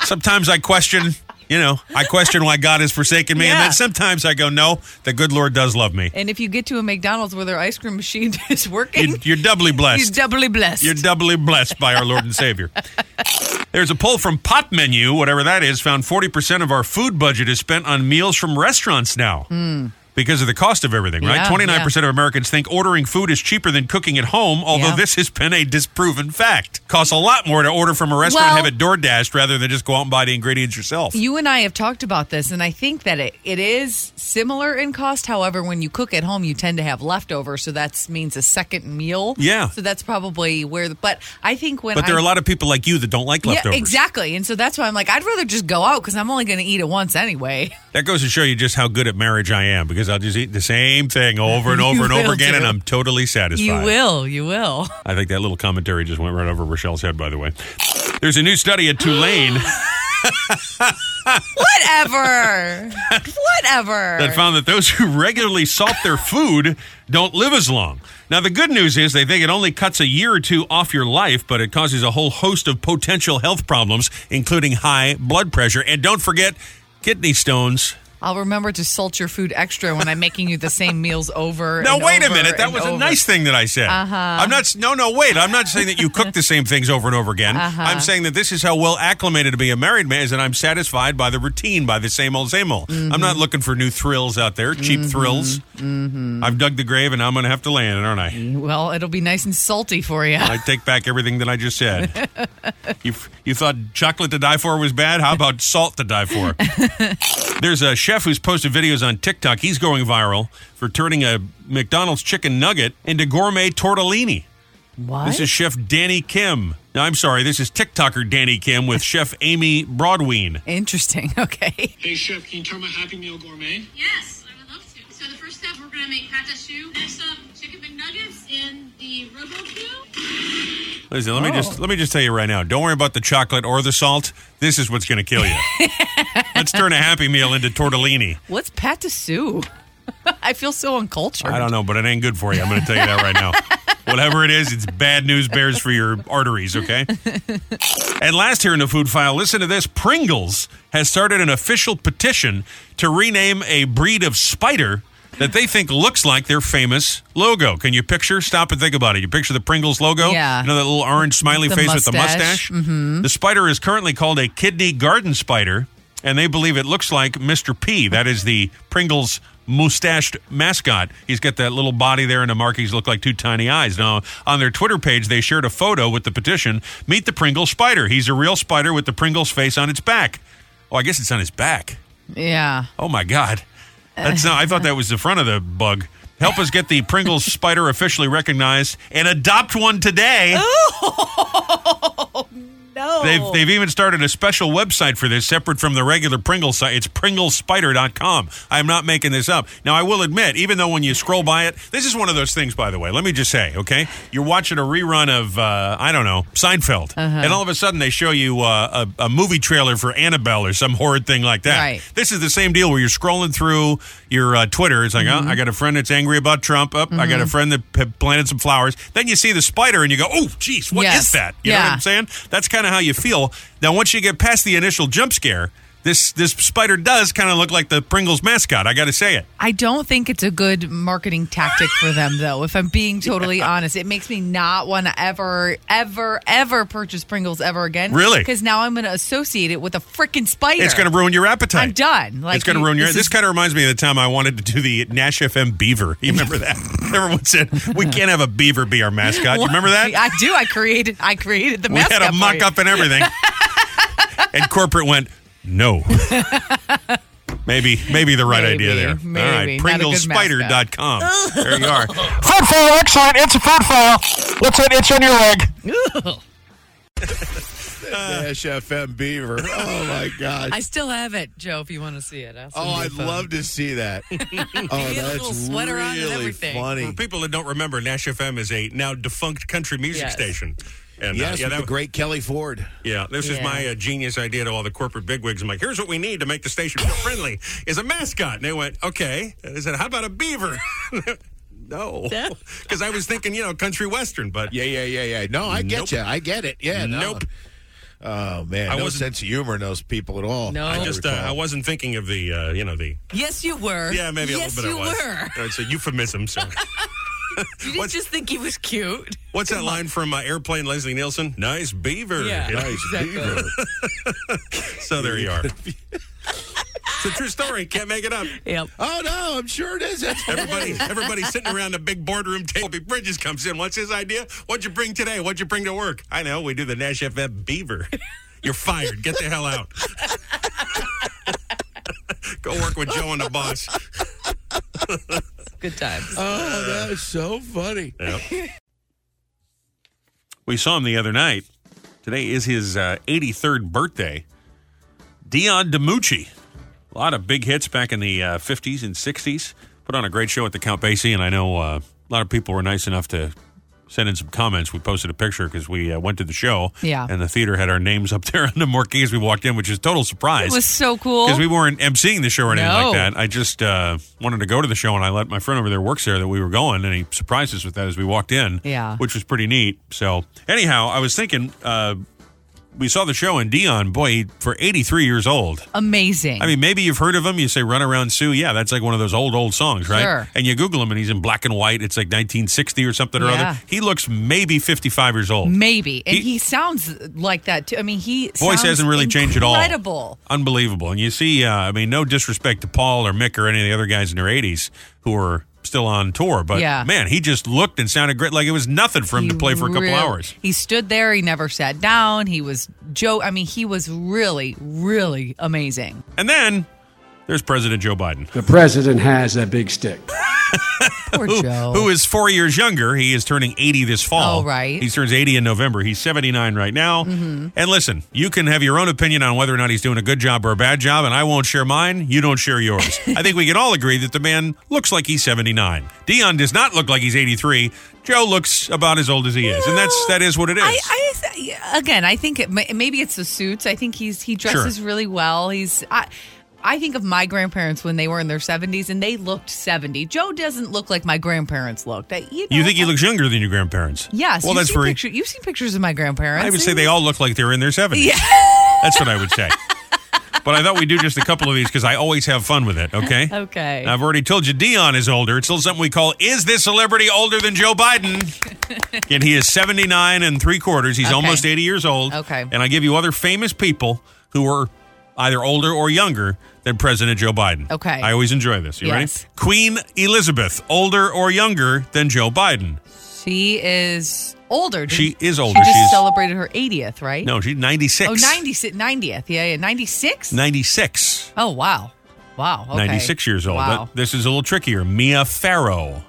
S1: sometimes I question, you know, I question why God has forsaken me. And
S2: Yeah.
S1: then sometimes I go, no, the good Lord does love me.
S2: And if you get to a McDonald's where their ice cream machine is working,
S1: You-
S2: you're,
S1: You're doubly blessed.
S2: doubly blessed.
S1: You're doubly blessed by our Lord and Savior. There's a poll from Pop Menu, whatever that is, found 40% of our food budget is spent on meals from restaurants now. Because of the cost of everything, right?
S2: Hmm. Yeah,
S1: 29% of Americans think ordering food is cheaper than cooking at home, although
S2: Yeah.
S1: this has been a disproven fact. Costs a lot more to order from a restaurant
S2: Well-
S1: and have it door dashed rather than just go out and buy the ingredients yourself.
S2: You and I have talked about this, and I think that it, it is similar in cost. However, when you cook at home, you tend to have leftovers, so that means a second meal.
S1: Yeah.
S2: So that's probably where. The, but I think when
S1: but there
S2: I,
S1: are a lot of people like you that don't like leftovers.
S2: Yeah, exactly. And so that's why I'm like, I'd rather just go out because I'm only going to eat it once anyway.
S1: That goes to show you just how good at marriage I am because I'll just eat the same thing over and over and over
S2: will
S1: again, and
S2: do.
S1: I'm totally satisfied.
S2: You will. You will.
S1: I think that little commentary just went right over Rochelle's head, by the way. There's a new study at Tulane
S2: Whatever. Whatever.
S1: that found that those who regularly salt their food don't live as long. Now, the good news is they think it only cuts a year or two off your life, but it causes a whole host of potential health problems, including high blood pressure. And don't forget kidney stones.
S2: I'll remember to salt your food extra when I'm making you the same meals over.
S1: Now
S2: and
S1: wait a
S2: over
S1: minute. That
S2: and
S1: was a
S2: over.
S1: nice thing that I said. Uh-huh. I'm not. s- No, no. Wait. I'm not saying that you cook the same things over and over again.
S2: Uh-huh.
S1: I'm saying that this is how well acclimated to be a married man is, and I'm satisfied by the routine, by the same old, same old. I'm
S2: Mm-hmm.
S1: not looking for new thrills out there, cheap thrills.
S2: Mm-hmm.
S1: I've dug the grave, and I'm going to have to lay in it, aren't I?
S2: Well, it'll be nice and salty for you.
S1: I take back everything that I just said. you you thought chocolate to die for was bad? How about salt to die for? There's a chef who's posted videos on TikTok. He's going viral for turning a McDonald's chicken nugget into gourmet tortellini.
S2: What?
S1: This is Chef Danny Kim. No, I'm sorry. This is TikToker Danny Kim with Chef Amy Broadween.
S2: Interesting. Okay.
S4: Hey, chef, can you turn my Happy Meal gourmet?
S5: Yes, I would love to. So the first step, we're gonna make pate choux. Next up, chicken McNuggets in the RoboQ.
S1: Listen, let me just let me just tell you right now. Don't worry about the chocolate or the salt. This is what's going to kill you. Let's turn a Happy Meal into tortellini.
S2: What's pat to sue? I feel so uncultured.
S1: I don't know, but it ain't good for you. I'm going to tell you that right now. Whatever it is, it's bad news bears for your arteries, okay? and last here in the food file, listen to this. Pringles has started an official petition to rename a breed of spider that they think looks like their famous logo. Can you picture? Stop and think about it. You picture the Pringles logo?
S2: Yeah.
S1: You know that little orange smiley
S2: The
S1: face with the mustache?
S2: mustache.
S1: Mm-hmm. The spider is currently called a kidney garden spider, and they believe it looks like Mr. P. That is the Pringles mustached mascot. He's got that little body there, and the markings look like two tiny eyes. Now, on their Twitter page, they shared a photo with the petition Meet the Pringle Spider. He's a real spider with the Pringles face on its back. Oh, I guess it's on his back.
S2: Yeah.
S1: Oh my God, that's not. I thought that was the front of the bug. Help us get the Pringles spider officially recognized and adopt one today. Oh no!
S2: Oh.
S1: They've they've even started a special website for this, separate from the regular Pringles site. It's PringleSpider.com. I'm not making this up. Now I will admit, even though when you scroll by it, this is one of those things. By the way, let me just say, okay, you're watching a rerun of uh, I don't know Seinfeld, and all of a sudden they show you uh, a, a movie trailer for Annabelle or some horrid thing like that.
S2: Right.
S1: This is the same deal where you're scrolling through your uh, Twitter. It's like, oh, I got a friend that's angry about Trump. Up, I got a friend that p- planted some flowers. Then you see the spider and you go, oh, geez, what is
S2: Yes.
S1: that? You know
S2: Yeah.
S1: what I'm saying? That's kind of how you feel. Now, once you get past the initial jump scare, this this spider does kind of look like the Pringles mascot. I got to say it.
S2: I don't think it's a good marketing tactic for them, though, if I'm being totally honest. It makes me not want to ever, ever, ever purchase Pringles ever again.
S1: Really?
S2: Because now I'm going to associate it with a freaking spider.
S1: It's going to ruin your appetite.
S2: I'm done. Like,
S1: it's going to
S2: you-
S1: ruin your.
S2: this
S1: This
S2: is-
S1: kind of reminds me of the time I wanted to do the Nash FM Beaver. You remember that? Everyone said we can't have a beaver be our mascot. You remember that?
S2: I do. I created I created the
S1: We had a
S2: mascot for
S1: mock
S2: you.
S1: up and everything. and corporate went, no. maybe maybe the right
S2: Maybe,
S1: idea there.
S2: maybe.
S1: All right,
S2: Not a good
S1: pringlespider.com. there you are.
S6: Food file, excellent. It's a food file. What's it? It's on your leg.
S3: Nash FM Beaver. Oh my gosh.
S2: I still have it, Joe, if you want to see it. I'll send
S3: oh,
S2: you a
S3: I'd
S2: photo.
S3: love to see that. oh,
S2: little
S3: that's
S2: sweater on and
S3: really
S2: everything.
S1: For
S3: funny.
S1: people that don't remember, Nash FM is a now defunct country music
S2: Yes.
S1: station. And uh,
S3: Yes,
S1: yeah,
S3: with
S1: that,
S3: the great Kelly Ford.
S1: yeah, this is
S2: Yeah.
S1: my uh, genius idea to all the corporate bigwigs. I'm like, here's what we need to make the station more friendly is a mascot. And they went, okay. And I said, how about a beaver? no. Because I was thinking, you know, country western, but
S3: Yeah, yeah, yeah, yeah. No, I get
S1: Nope.
S3: you. I get it. Yeah. no.
S1: Nope.
S3: Oh man,
S1: I
S3: no
S1: wasn't-
S3: sense of humor in those people at all.
S2: No.
S1: I just uh, I wasn't thinking of the uh, you know the
S2: Yes, you were.
S1: yeah maybe
S2: yes,
S1: a little bit
S2: you
S1: I was.
S2: were.
S1: Uh, It's a euphemism. So
S2: You didn't
S1: What's-
S2: just think he was cute.
S1: what's that line from uh, Airplane Leslie Nielsen? Nice beaver.
S2: Yeah.
S1: You know,
S3: Nice
S2: Exactly.
S3: beaver.
S1: So there you are. it's a true story. Can't make it up.
S2: Yep.
S3: oh no, I'm sure it isn't.
S1: Everybody, everybody's sitting around the big boardroom table. Big Bridges comes in. What's his idea? What'd you bring today? What'd you bring to work? I know. We do the Nash FM Beaver. You're fired. Get the hell out. Go work with Joe and the boss.
S2: Good times.
S1: Uh.
S3: Oh, that is so funny.
S1: We saw him the other night. Today is his uh, 83rd birthday. Dion DiMucci. A lot of big hits back in the uh, 50s and 60s. Put on a great show at the Count Basie, and I know uh, a lot of people were nice enough to send in some comments. We posted a picture because we uh, went to the show,
S2: Yeah.
S1: and the theater had our names up there on the marquee as we walked in, which is total surprise
S2: It was so cool.
S1: because we weren't emceeing the show or anything
S2: No.
S1: like that. I just uh, wanted to go to the show, and I let my friend over there works there that we were going, and he surprised us with that as we walked in.
S2: Yeah.
S1: which was pretty neat. So anyhow, I was thinking uh, we saw the show and Dion, boy, he- for 83 years old.
S2: Amazing.
S1: I mean, maybe you've heard of him. You say "Run Around Sue." Yeah, that's like one of those old, old songs, right?
S2: Sure.
S1: And you Google him, and he's in black and white. It's like 1960 or something or
S2: Yeah.
S1: other. He looks maybe 55 years old.
S2: Maybe. And
S1: He-
S2: he, sounds like that too. I mean, he
S1: Voice
S2: sounds
S1: hasn't really changed at all.
S2: Incredible.
S1: Unbelievable. And you see, uh, I mean, no disrespect to Paul or Mick or any of the other guys in their 80s who are still on tour, but
S2: Yeah.
S1: man, he just looked and sounded great. Like it was nothing for him to
S2: He
S1: play for a couple
S2: real-
S1: hours.
S2: He stood there. He never sat down. He was Joe. I mean, he was really, really amazing.
S1: And then there's President Joe Biden,
S7: The president has that big stick.
S2: Poor Joe.
S1: who is four years younger. He is turning 80 this fall.
S2: Oh, right. Mm-hmm.
S1: He turns 80 in November. He's 79 right now. And listen, you can have your own opinion on whether or not he's doing a good job or a bad job, and I won't share mine. You don't share yours. I think we can all agree that the man looks like he's 79. Dion does not look like he's 83. Joe looks about as old as he is, and that's that is what it is.
S2: I, I again, I think it, may- maybe it's the suits. I think he's he dresses really well. He's I, I think of my grandparents when they were in their seventies and they looked seventy. Joe doesn't look like my grandparents looked. I- You, know,
S1: you think he looks younger than your grandparents?
S2: Yes.
S1: Well,
S2: you've
S1: that's
S2: seen
S1: where
S2: picture, you've seen pictures of my grandparents.
S1: I would say they all look like they're in their 70s.
S2: Yeah.
S1: That's what I would say. but I thought we'd do just a couple of these because I always have fun with it, okay?
S2: Okay.
S1: I've already told you Dion is older. It's still something we call Is This Celebrity Older Than Joe Biden? and he is 79 and three quarters. He's
S2: Okay.
S1: almost 80 years old.
S2: Okay.
S1: And I give you other famous people who were either older or younger than President Joe Biden.
S2: Okay.
S1: I always enjoy this. You
S2: Yes.
S1: ready? Queen Elizabeth, older or younger than Joe Biden.
S2: she is older. Did-
S1: She is older.
S2: She just
S1: She's-
S2: celebrated her 80th, right?
S1: No, she's 96.
S2: Oh, 90, 90th. Yeah, yeah. 96?
S1: 96.
S2: Oh, wow. Wow. Okay.
S1: 96 years old.
S2: Wow.
S1: That- This is a little trickier. Mia Farrow.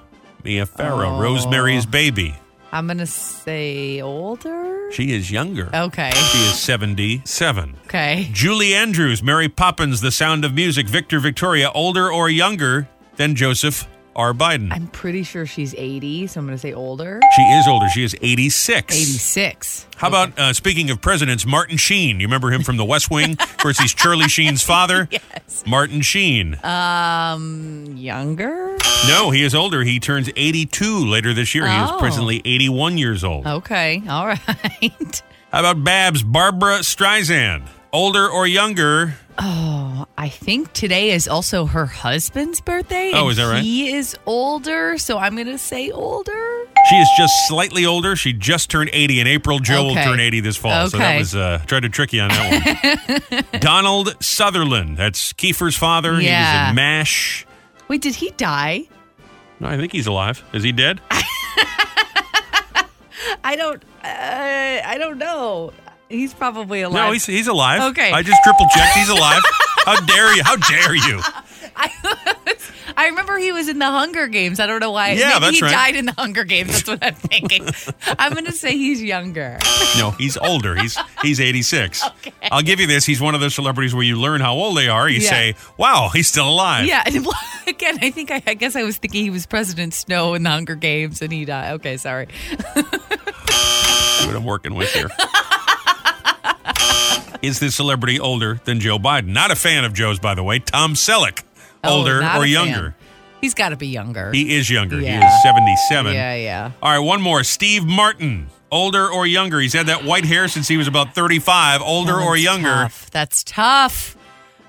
S1: Mia Farrow,
S2: Oh.
S1: Rosemary's baby.
S2: I'm going to say older.
S1: She is younger.
S2: Okay.
S1: She is 77.
S2: Okay.
S1: Julie Andrews, Mary Poppins, The Sound of Music, Victor Victoria, older or younger than Joseph R. Biden.
S2: I'm pretty sure she's 80, so I'm going to say older.
S1: she is older. She is 86.
S2: 86.
S1: How about uh, speaking of presidents, Martin Sheen? You remember him from The West Wing? of course, he's Charlie Sheen's father.
S2: Yes. Uh.
S1: Martin Sheen.
S2: Um, younger?
S1: no, he is older. He turns 82 later this year. He
S2: Oh.
S1: is presently 81 years old.
S2: Okay. All right.
S1: How about Babs, Barbara Streisand? Older or younger?
S2: I think today is also her husband's birthday.
S1: Oh,
S2: and
S1: is that right?
S2: He is older, so I'm going to say older.
S1: She is just slightly older. She just turned 80 in April. Joe will
S2: Okay.
S1: turn 80 this fall. So that
S2: Okay.
S1: was, uh, tried to trick you on that one. Donald Sutherland. That's Kiefer's father. He was
S2: Yeah.
S1: in MASH.
S2: Wait, did he die?
S1: No, I think he's alive. Is he dead?
S2: I don't. Uh, I don't know. He's probably alive.
S1: No, he's, he's alive.
S2: Okay.
S1: I just triple checked. He's alive. How dare you? How dare you?
S2: I remember he was in the Hunger Games. I don't know why.
S1: Yeah,
S2: Maybe
S1: that's
S2: he
S1: right.
S2: died in the Hunger Games. That's what I'm thinking. I'm gonna say he's younger.
S1: No, he's older. He's he's 86. I'll give you this. He's one of those celebrities where you learn how old they are. You
S2: Yeah.
S1: say, wow, he's still alive.
S2: Yeah. And well, again, I think I, I guess I was thinking he was President Snow in the Hunger Games, and he died. Okay, sorry.
S1: what I'm working with here. Is this celebrity older than Joe Biden? Not a fan of Joe's, by the way. Tom Selleck,
S2: Oh,
S1: older
S2: not
S1: or
S2: a fan.
S1: younger?
S2: He's got to be younger.
S1: He is younger. He
S2: Yeah.
S1: is 77.
S2: yeah, yeah.
S1: All right, one more. Steve Martin, older or younger? He's had that white hair since he was about 35. Older
S2: That
S1: or
S2: one's
S1: younger?
S2: Oh, tough. That's tough.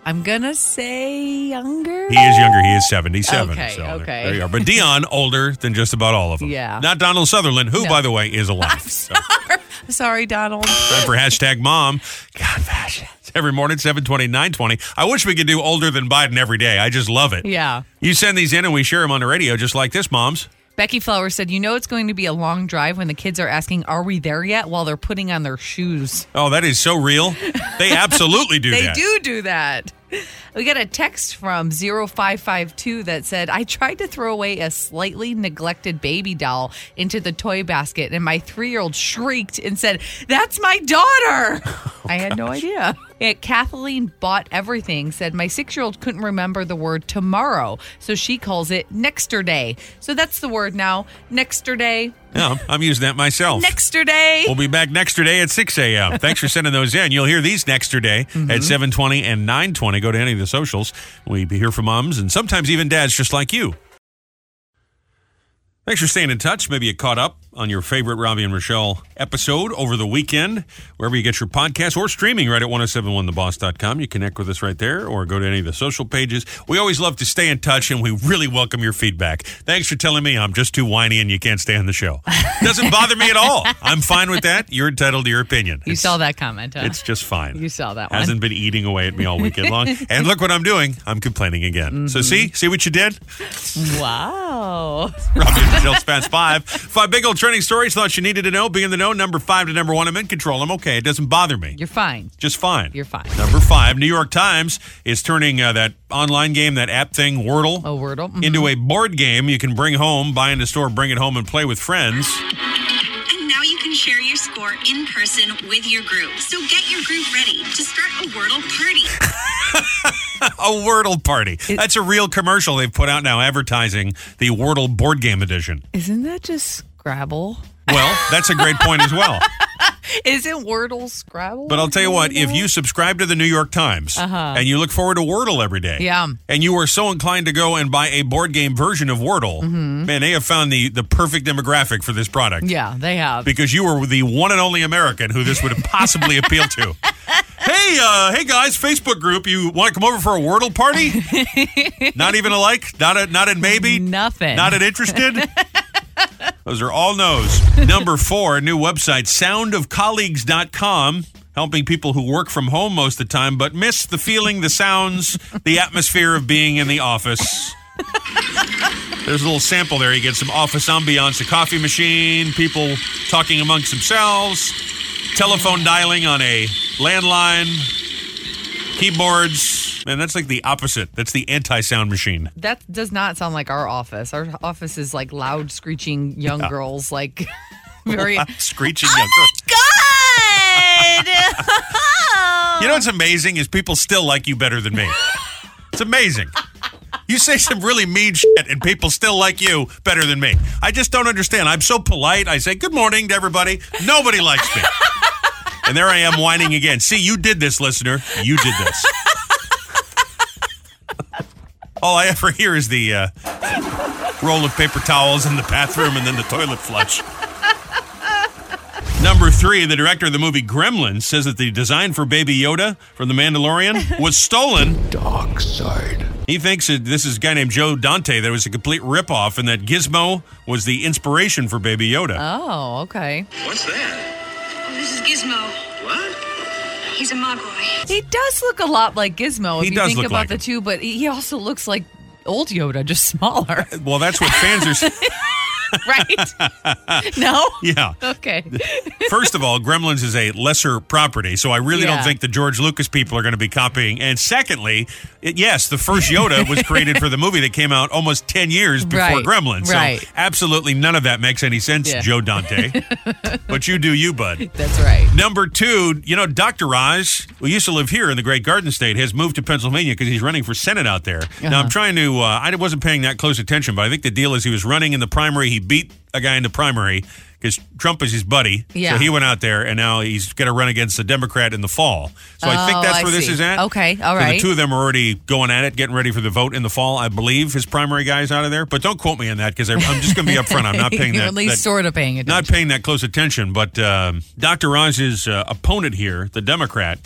S2: I'm gonna say younger.
S1: He is younger. He is 77.
S2: Okay,
S1: so there-
S2: okay.
S1: There you are. But Dion, older than just about all of them.
S2: Yeah.
S1: Not Donald Sutherland, who,
S2: No.
S1: by the way, is alive. So,
S2: Sorry, Donald.
S1: time for hashtag mom. Confessions. Every morning, 720, 920. I wish we could do older than Biden every day. I just love it.
S2: Yeah.
S1: You send these in and we share them on the radio, just like this, moms.
S2: Becky Flower said, You know, it's going to be a long drive when the kids are asking, Are we there yet? while they're putting on their shoes.
S1: Oh, that is so real. They absolutely do
S2: They
S1: that.
S2: do do that. We got a text from 0552 that said, I tried to throw away a slightly neglected baby doll into the toy basket, and my three year old shrieked and said, That's my daughter.
S1: Oh,
S2: I had no idea. Yeah, Kathleen bought everything, said, My six year old couldn't remember the word tomorrow, so she calls it nexter day. So that's the word now, nexter day.
S1: No, I'm using that myself.
S2: Nexter day.
S1: We'll be back next day at 6 a.m. Thanks for sending those in. You'll hear these next day
S2: Mm-hmm.
S1: at 720 and 920. Go to any of the socials. We hear from moms and sometimes even dads just like you. Thanks for staying in touch. Maybe you caught up on your favorite Robbie and Rochelle episode over the weekend, wherever you get your podcast or streaming right at 1071theboss.com. You connect with us right there or go to any of the social pages. We always love to stay in touch and we really welcome your feedback. Thanks for telling me I'm just too whiny and you can't stay on the show. Doesn't bother me at all. I'm fine with that. You're entitled to your opinion.
S2: You
S1: It's-
S2: saw that comment. Huh?
S1: It's just fine.
S2: You saw that one.
S1: Hasn't been eating away at me all weekend long. and look what I'm doing. I'm complaining again.
S2: Mm-hmm.
S1: So see, see what you did?
S2: wow.
S1: Robbie and Michelle's Fast Five. Five big old trending stories. Thoughts you needed to know. Be in the know. Number five to number one. I'm in control. I'm okay. It doesn't bother me.
S2: You're fine.
S1: just fine.
S2: You're fine.
S1: Number five, New York Times is turning uh, that online game, that app thing, Wordle,
S2: Oh, Wordle. Mhm.
S1: into a board game you can bring home, buy in the store, bring it home, and play with friends.
S5: And now you can share your score in person with your group. So get your group ready to start a Wordle party.
S1: A Wordle party. That's a real commercial they've put out now advertising the Wordle board game edition.
S2: Isn't that just Scrabble?
S1: Well, that's a great point as well.
S2: Isn't Wordle Scrabble?
S1: But I'll tell you what, if you subscribe to the New York Times and you look forward to Wordle every day,
S2: Uh-huh. Yeah.
S1: and you are so inclined to go and buy a board game version of Wordle, man, they have found the, the perfect demographic for this product.
S2: Mm-hmm. Yeah, they have.
S1: Because you are the one and only American who this would possibly appeal to. Hey, uh, hey guys, Facebook group, you want to come over for a Wordle party? not even a like, not a not a maybe,
S2: Nothing.
S1: not an interested? Those are all no's. Number four, new website, soundofcolleagues.com, helping people who work from home most of the time but miss the feeling, the sounds, the atmosphere of being in the office. There's a little sample there. You get some office ambiance, a coffee machine, people talking amongst themselves, telephone dialing on a landline, keyboards. Man, that's like the opposite. That's the anti sound machine.
S2: that does not sound like our office. Our office is like loud, screeching young girls, like very.
S1: Screeching young girl.
S2: God!
S1: You know what's amazing is people still like you better than me. It's amazing. You say some really mean shit and people still like you better than me. I just don't understand. I'm so polite. I say good morning to everybody. Nobody likes me. And there I am whining again. See, you did this, listener. You did this. All I ever hear is the uh, roll of paper towels in the bathroom and then the toilet flush. Number three, the director of the movie Gremlins says that the design for Baby Yoda from The Mandalorian was stolen. Dark side. He thinks that this is a guy named Joe Dante that was a complete ripoff and that Gizmo was the inspiration for Baby Yoda.
S2: oh, okay.
S4: What's that?
S5: Oh, this is Gizmo.
S4: What?
S5: He's a Mogwai.
S2: He does look a lot like Gizmo. If
S1: He
S2: you
S1: does
S2: think
S1: look
S2: about
S1: like
S2: the
S1: him.
S2: two, but he he also looks like old Yoda, just smaller,
S1: Well, that's what fans are. s-
S2: right? no.
S1: yeah.
S2: Okay.
S1: First of all, Gremlins is a lesser property, so I really don't
S2: Yeah.
S1: think the George Lucas people are going to be copying. And secondly, it, yes, the first Yoda was created for the movie that came out almost 10 years before
S2: Right,
S1: Gremlins.
S2: right.
S1: So absolutely none of that makes any sense,
S2: Yeah.
S1: Joe Dante. but you do you, bud.
S2: That's right.
S1: Number two, you know, Dr. Oz, who used to live here in the great Garden State, has moved to Pennsylvania because he's running for Senate out there. Now,
S2: Uh-huh.
S1: I'm trying to, uh, I wasn't paying that close attention, but I think the deal is he was running in the primary. He beat a guy in the primary because Trump is his buddy.
S2: Yeah.
S1: So he went out there, and now he's going to run against a Democrat in the fall. So I think
S2: Oh,
S1: that's
S2: I
S1: where this
S2: see.
S1: is at.
S2: Okay, all
S1: So the
S2: right.
S1: two of them are already going at it, getting ready for the vote in the fall. I believe his primary guy's out of there, but don't quote me on that because I'm just going to be upfront. I'm not paying
S2: You're
S1: that.
S2: at least
S1: that-
S2: sort of paying attention.
S1: not paying that close attention, but um, Dr. Oz's uh, opponent here, the Democrat,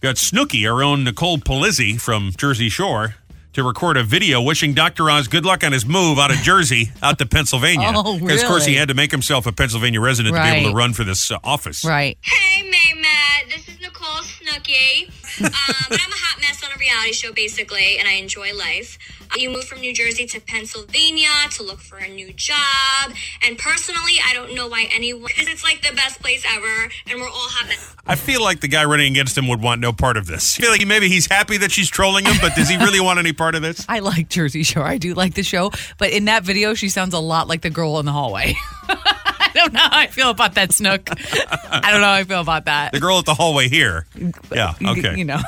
S1: got Snooky, our own Nicole Polizzi from Jersey Shore, to record a video wishing Dr. Oz good luck on his move out of Jersey out to Pennsylvania.
S2: Oh,
S1: Because, of course, he
S2: really?
S1: had to make himself a Pennsylvania resident to be able to
S2: Right.
S1: run for this uh, office.
S2: right.
S5: Hey, Maymet. This is Nicole Snooky. Um, I'm a hot mess on a reality show, basically, and I enjoy life. Uh, You moved from New Jersey to Pennsylvania to look for a new job. And personally, I don't know why anyone, because it's like the best place ever, and we're all hot mess.
S1: I feel like the guy running against him would want no part of this. I feel like maybe he's happy that she's trolling him, but does he really want any part of this?
S2: I like Jersey Shore. I do like the show, but in that video, she sounds a lot like the girl in the hallway. I don't know how I feel about that, Snook. I don't know how I feel about that.
S1: The girl at the hallway here. Yeah,
S2: You-
S1: okay.
S2: You know,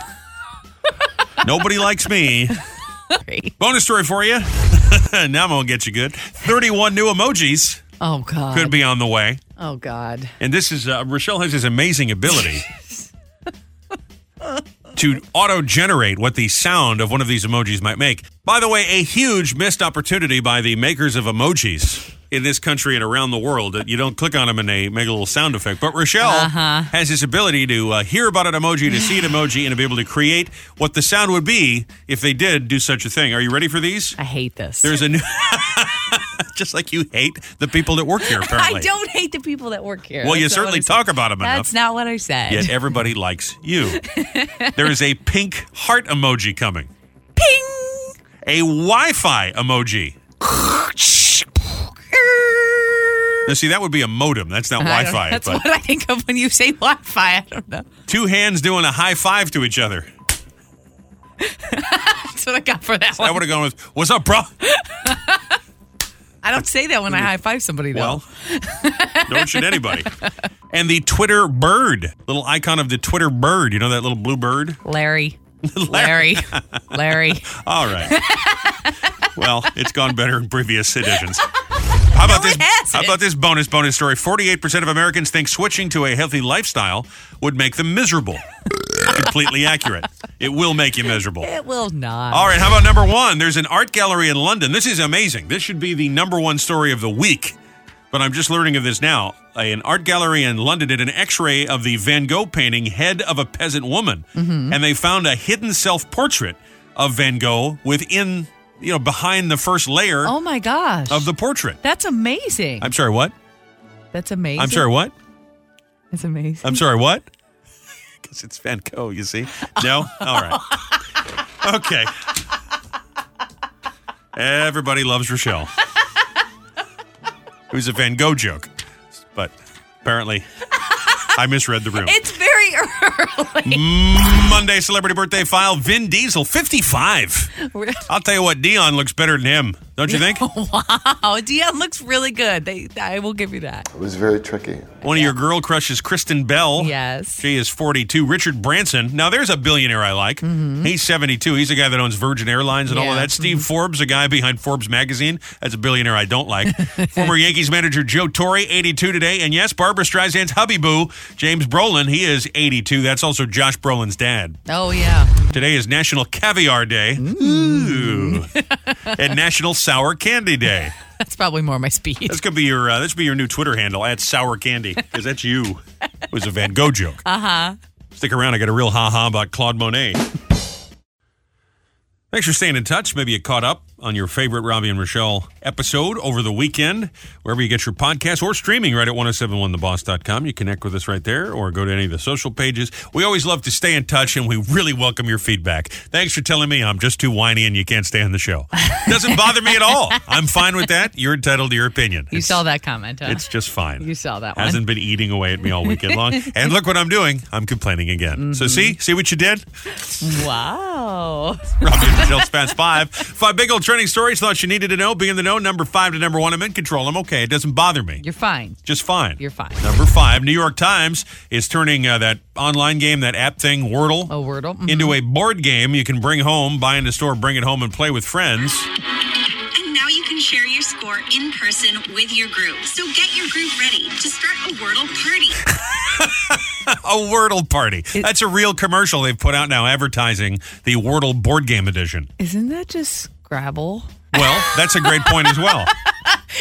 S1: Nobody likes me. Bonus story for you. now I'm going to get you good. 31 new emojis
S2: oh god,
S1: could be on the way.
S2: oh god,
S1: And this is, uh, Rochelle has this amazing ability to auto generate what the sound of one of these emojis might make. By the way, a huge missed opportunity by the makers of emojis. in this country and around the world that you don't click on them and they make a little sound effect. But Rochelle
S2: Uh-huh.
S1: has this ability to uh, hear about an emoji, to see an emoji, and to be able to create what the sound would be if they did do such a thing. Are you ready for these?
S2: I hate this.
S1: There's a new. Just like you hate the people that work here, apparently.
S2: I don't hate the people that work here.
S1: Well, you
S2: That's not what
S1: certainly
S2: I said.
S1: talk about them enough.
S2: That's not what I said.
S1: Yet everybody likes you. there is a pink heart emoji coming,
S2: Ping.
S1: a Wi Fi emoji. Now, see, that would be a modem. That's not
S2: I
S1: Wi
S2: don't-
S1: Fi.
S2: Uh-huh. That's what I think of when you say Wi-Fi. I don't know.
S1: Two hands doing a high five to each other.
S2: That's what I got for that
S1: I
S2: one.
S1: would have gone with, What's up, bro?
S2: I don't say that when I high five somebody though.
S1: Well, don't shoot anybody. And the Twitter bird, little icon of the Twitter bird. You know that little blue bird?
S2: Larry. Larry. Larry.
S1: All right. well, it's gone better in previous editions. How about
S2: No,
S1: this?
S2: it hasn't.
S1: How about this bonus bonus story? Forty-eight percent of Americans think switching to a healthy lifestyle would make them miserable. Completely accurate. It will make you miserable.
S2: It will not.
S1: All right, how about number one? There's an art gallery in London. This is amazing. This should be the number one story of the week, but I'm just learning of this now. An art gallery in London did an x ray of the Van Gogh painting, Head of a Peasant Woman, and they found a hidden self portrait of Van Gogh within, you know, behind the first layer
S2: Oh my gosh.
S1: of the portrait.
S2: That's amazing.
S1: I'm sorry, what?
S2: That's amazing.
S1: I'm sorry, what?
S2: That's amazing.
S1: I'm sorry, what? Because it's Van Gogh, you see? No? All right. Okay. Everybody loves Rochelle. It was a Van Gogh joke, but apparently I misread the room.
S2: It's very early.
S1: Monday celebrity birthday file Vin Diesel, 55. I'll tell you what, Dion looks better than him, don't you think?
S2: wow, Dion Oh, looks really good. They, I will give you that.
S8: It was very tricky.
S1: One of your girl crushes, Kristen Bell.
S2: Yes.
S1: She is 42. Richard Branson. Now, there's a billionaire I like. He's 72. He's a guy that owns Virgin Airlines and all of
S2: Yeah.
S1: that. Steve Forbes, a guy behind Forbes magazine. That's a billionaire I don't like. Former Yankees manager Joe Torre, 82 today. And yes, Barbara Streisand's hubby boo, James Brolin. He is 82. That's also Josh Brolin's dad.
S2: Oh yeah.
S1: Today is National Caviar Day. Ooh. and National Sour Candy Day.
S2: That's probably more my speed.
S1: That's gonna be your uh, that's gonna be your new Twitter handle at Sour Candy because that's you. It was a Van Gogh joke. Uh huh. Stick around. I got a real ha ha about Claude Monet. Thanks for staying in touch. Maybe you caught up on your favorite Robbie and Rochelle episode over the weekend, wherever you get your podcast or streaming right at 1071theboss.com. You connect with us right there or go to any of the social pages. We always love to stay in touch and we really welcome your feedback. Thanks for telling me I'm just too whiny and you can't stay on the show. Doesn't bother me at all. I'm fine with that. You're entitled to your opinion.
S2: You saw that comment, huh?
S1: It's just fine.
S2: You saw that one.
S1: Hasn't been eating away at me all weekend long. and look what I'm doing. I'm complaining again. So
S2: Mm-hmm.
S1: see, see what you did?
S2: Wow.
S1: Robbie and Michelle's Fast Five. Five big old trending stories, thoughts you needed to know. Be in the know. Number five to number one. I'm in control. I'm okay. It doesn't bother me.
S2: You're fine.
S1: Just fine.
S2: You're fine.
S1: Number five, New York Times is turning uh, that online game, that app thing, Wordle,
S2: Oh, Wordle. Mhm.
S1: into a board game you can bring home, buy in the store, bring it home, and play with friends.
S9: And now you can share your score in person with your group. So get your group ready to start a Wordle party.
S1: a Wordle party. That's a real commercial they've put out now advertising the Wordle board game edition.
S2: Isn't that just Scrabble?
S1: Well, that's a great point as well.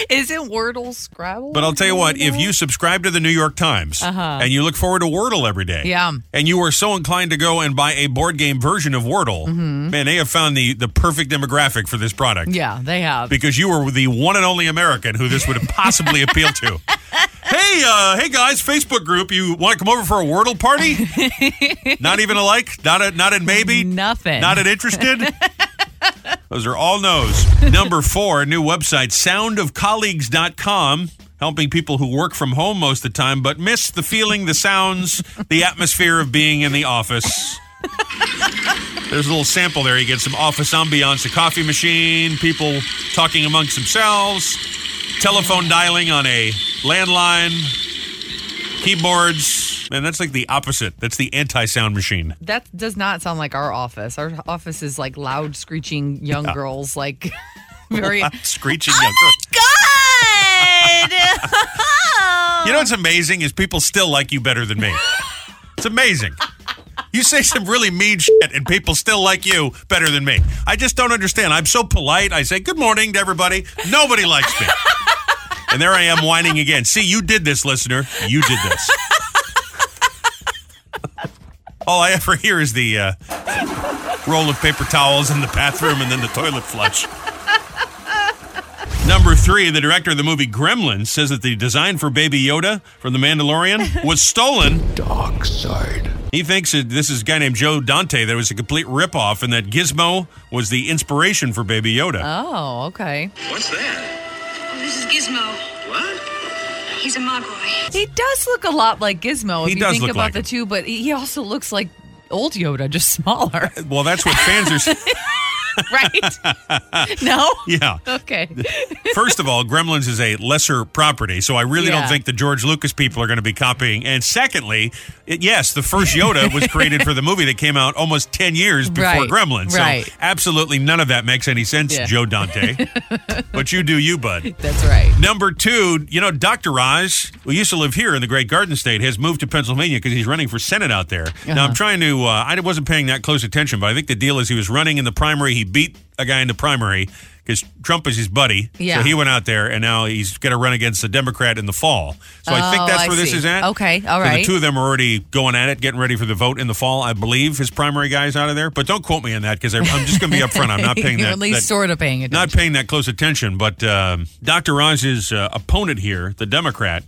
S2: Isn't Wordle Scrabble?
S1: But I'll tell you what, if you subscribe to the New York Times and you look forward to Wordle every day,
S2: Uh-huh. Yeah.
S1: and you are so inclined to go and buy a board game version of Wordle, man, they have found the, the perfect demographic for this product.
S2: Mm-hmm. Yeah, they have.
S1: Because you were the one and only American who this would possibly appeal to. Hey, uh, hey guys, Facebook group, you want to come over for a Wordle party? not even a like, not a not a maybe,
S2: Nothing.
S1: not an interested? Those are all no's. Number four, new website, soundofcolleagues.com, helping people who work from home most of the time but miss the feeling, the sounds, the atmosphere of being in the office. There's a little sample there. You get some office ambiance, a coffee machine, people talking amongst themselves, telephone dialing on a landline, keyboards. And that's like the opposite. That's the anti sound machine.
S2: that does not sound like our office. Our office is like loud, screeching young girls, like very.
S1: Screeching. young girl.
S2: God!
S1: You know what's amazing is people still like you better than me. It's amazing. You say some really mean shit and people still like you better than me. I just don't understand. I'm so polite. I say good morning to everybody. Nobody likes me. And there I am whining again. See, you did this, listener. You did this. All I ever hear is the uh, roll of paper towels in the bathroom and then the toilet flush. Number three, the director of the movie Gremlins says that the design for Baby Yoda from The Mandalorian was stolen
S8: Dark side.
S1: he thinks that this is a guy named Joe Dante that was a complete ripoff and that Gizmo was the inspiration for Baby Yoda.
S2: Oh, okay.
S4: What's that?
S9: Oh, this is Gizmo.
S4: What?
S9: He's a Mogwai.
S2: He does look a lot like Gizmo if
S1: He
S2: you
S1: does
S2: think
S1: look
S2: about
S1: like
S2: the
S1: him.
S2: two, but he also looks like old Yoda, just smaller,
S1: Well, that's what fans are. s-
S2: right? no?
S1: yeah.
S2: Okay.
S1: First of all, Gremlins is a lesser property, so I really
S2: Yeah.
S1: don't think the George Lucas people are going to be copying. And secondly, it, yes, the first Yoda was created for the movie that came out almost 10 years before
S2: Right,
S1: Gremlins.
S2: right.
S1: So absolutely none of that makes any sense,
S2: Yeah.
S1: Joe Dante. but you do you, bud.
S2: That's right.
S1: Number two, you know, Dr. Oz, who used to live here in the great garden state, has moved to Pennsylvania because he's running for Senate out there. Now,
S2: Uh-huh.
S1: I'm trying to, uh, I wasn't paying that close attention, but I think the deal is he was running in the primary. He beat a guy in the primary because Trump is his buddy.
S2: Yeah.
S1: So he went out there, and now he's going to run against the Democrat in the fall. So I
S2: Oh,
S1: think that's
S2: I
S1: where this
S2: see.
S1: is at.
S2: Okay, all
S1: So
S2: right.
S1: the two of them are already going at it, getting ready for the vote in the fall. I believe his primary guy's out of there, but don't quote me on that because I'm just going to be upfront. I'm not paying
S2: You're
S1: that.
S2: at least
S1: that-
S2: sort of paying attention.
S1: not paying that close attention, but um Dr. Oz's uh, opponent here, the Democrat,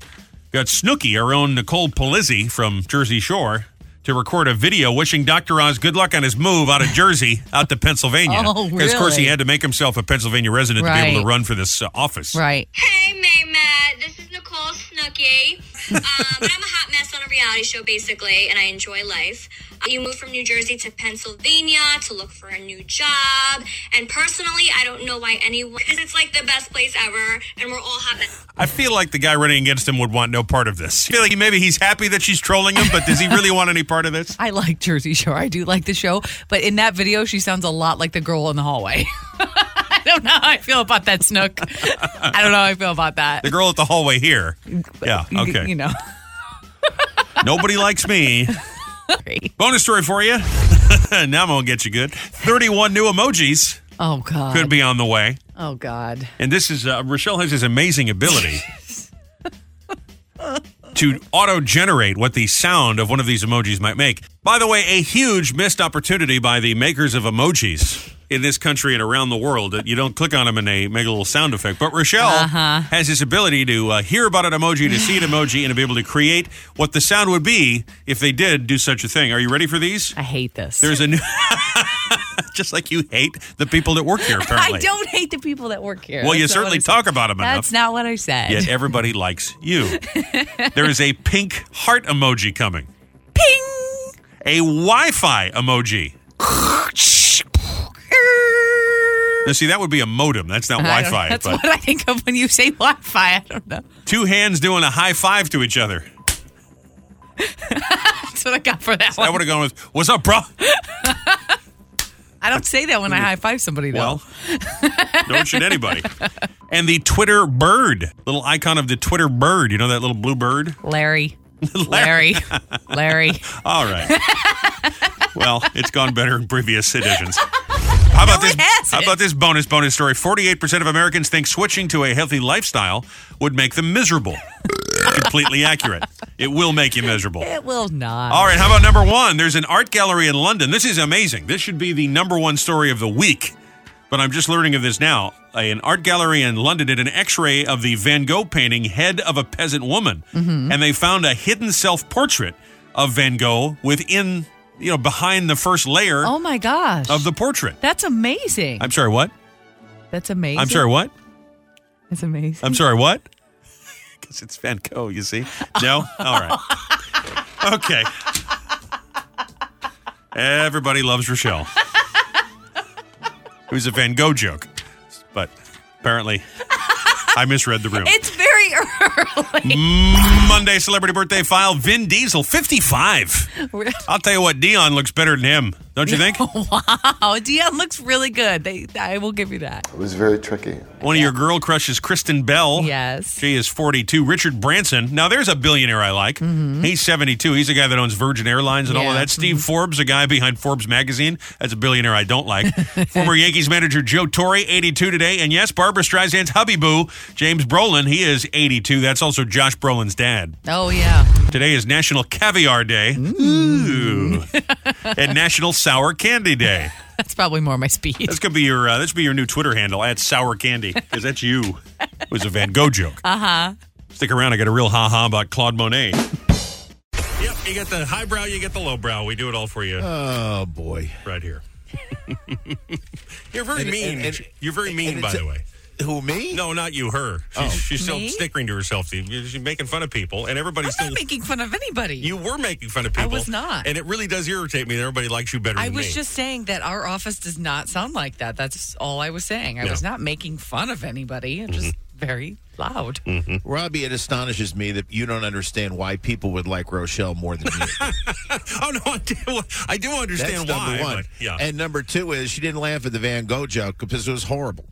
S1: got Snooky, our own Nicole Polizzi from Jersey Shore, to record a video wishing Dr. Oz good luck on his move out of Jersey out to Pennsylvania.
S2: Oh,
S1: of course, he
S2: really?
S1: had to make himself a Pennsylvania resident to be able
S2: Right.
S1: to run for this uh, office.
S2: right.
S5: Hey, May Matt, this is Nicole Snooky. Um, but I'm a hot mess on a reality show, basically, and I enjoy life. Uh, you moved from New Jersey to Pennsylvania to look for a new job, and personally, I don't know why anyone, because it's like the best place ever, and we're all hot mess.
S1: I feel like the guy running against him would want no part of this. I feel like maybe he's happy that she's trolling him, but does he really want any part of this?
S2: I like Jersey Shore. I do like the show, but in that video, she sounds a lot like the girl in the hallway. I don't know how I feel about that, Snook. I don't know how I feel about that.
S1: The girl at the hallway here. Yeah,
S2: You
S1: okay.
S2: know,
S1: Nobody likes me. Bonus story for you. now I'm going to get you good. 31 new emojis
S2: oh God,
S1: could be on the way.
S2: oh God,
S1: And this is, uh, Rochelle has this amazing ability to auto generate what the sound of one of these emojis might make. By the way, a huge missed opportunity by the makers of emojis in this country and around the world that you don't click on them and they make a little sound effect. But Rochelle
S2: Uh-huh.
S1: has this ability to uh, hear about an emoji, to see an emoji, and to be able to create what the sound would be if they did do such a thing. Are you ready for these?
S2: I hate this.
S1: There's a new. just like you hate the people that work here, apparently.
S2: I don't hate the people that work here.
S1: Well, you
S2: That's not what
S1: certainly
S2: I said.
S1: talk about them
S2: That's
S1: enough.
S2: not what I said.
S1: Yet everybody likes you. there is a pink heart emoji coming,
S2: Ping.
S1: a Wi Fi emoji. Now, see, that would be a modem. That's not Wi
S2: I don't-
S1: Fi.
S2: Uh-huh. That's
S1: But
S2: what I think of when you say Wi-Fi. I don't know.
S1: two hands doing a high five to each other.
S2: That's what I got for that
S1: I
S2: one.
S1: would have gone with, What's up, bro?
S2: I don't say that when I high five somebody though.
S1: Well, don't shoot anybody. And the Twitter bird, little icon of the Twitter bird. You know that little blue bird?
S2: Larry. Larry. Larry.
S1: All right. well, it's gone better in previous editions. How about
S2: No,
S1: this?
S2: it hasn't.
S1: How about this bonus bonus story? Forty-eight percent of Americans think switching to a healthy lifestyle would make them miserable. Completely accurate. It will make you miserable.
S2: It will not.
S1: All right. How about number one? There's an art gallery in London. This is amazing. This should be the number one story of the week. But I'm just learning of this now. An art gallery in London did an x ray of the Van Gogh painting, Head of a Peasant Woman. And they found a hidden self portrait of Van Gogh within, you know, behind the first layer
S2: Oh my gosh.
S1: of the portrait.
S2: That's amazing.
S1: I'm sorry, what?
S2: That's amazing.
S1: I'm sorry, what?
S2: That's amazing.
S1: I'm sorry, what? Because it's Van Gogh, you see? No? All right. Okay. Everybody loves Rochelle. It was a Van Gogh joke, but apparently I misread the room.
S2: it's very early.
S1: Monday celebrity birthday file Vin Diesel, 55. I'll tell you what, Dion looks better than him. don't you think?
S2: Wow, Oh, Dion looks really good. They, I will give you that.
S8: It was very tricky.
S1: One of your girl crushes, Kristen
S3: Oh.
S1: Bell.
S2: Yes.
S1: She is 42. Richard Branson. Now, there's a billionaire I like. He's 72. He's a guy that owns Virgin Airlines and all of
S2: Yeah.
S1: that. Steve Forbes, a guy behind Forbes magazine. That's a billionaire I don't like. Former Yankees manager Joe Torre, 82 today. And yes, Barbara Streisand's hubby boo, James Brolin. He is 82. That's also Josh Brolin's dad.
S2: Oh yeah.
S1: Today is National Caviar Day. Ooh. and National Sour Candy Day.
S2: That's probably more my speed.
S1: This could be your uh, this would be your new Twitter handle at Sour Candy because that's you. It was a Van Gogh joke. Uh huh.
S2: Uh-huh.
S1: Stick around. I got a real ha ha about Claude Monet. Yep, you get the highbrow, you get the lowbrow. We do it all for you
S3: Oh boy.
S1: right here. You're very
S3: And-
S1: mean.
S3: and- and-
S1: You're very mean,
S3: and
S1: by
S3: it's- Oh.
S1: the way.
S3: Who me?
S1: No, not you. Her. She's, she's still
S2: Me?
S1: snickering to herself. She's making fun of people, and everybody's
S2: I'm
S1: still.
S2: not making fun of anybody.
S1: you were making fun of
S2: I
S1: people.
S2: was not.
S1: and it really does irritate me that everybody likes you better.
S2: I
S1: than
S2: was
S1: me.
S2: just saying that our office does not sound like that. That's all I was saying. I
S1: No.
S2: was not making fun of anybody. I'm just
S3: Mm-hmm.
S2: very loud.
S3: Mm. Robbie, it astonishes me that you don't understand why people would like Rochelle more than you.
S1: Oh no, I do. I do
S3: That's
S1: understand
S3: number
S1: why.
S3: one.
S1: but- yeah.
S3: And number two is she didn't laugh at the Van Gogh joke because it was horrible.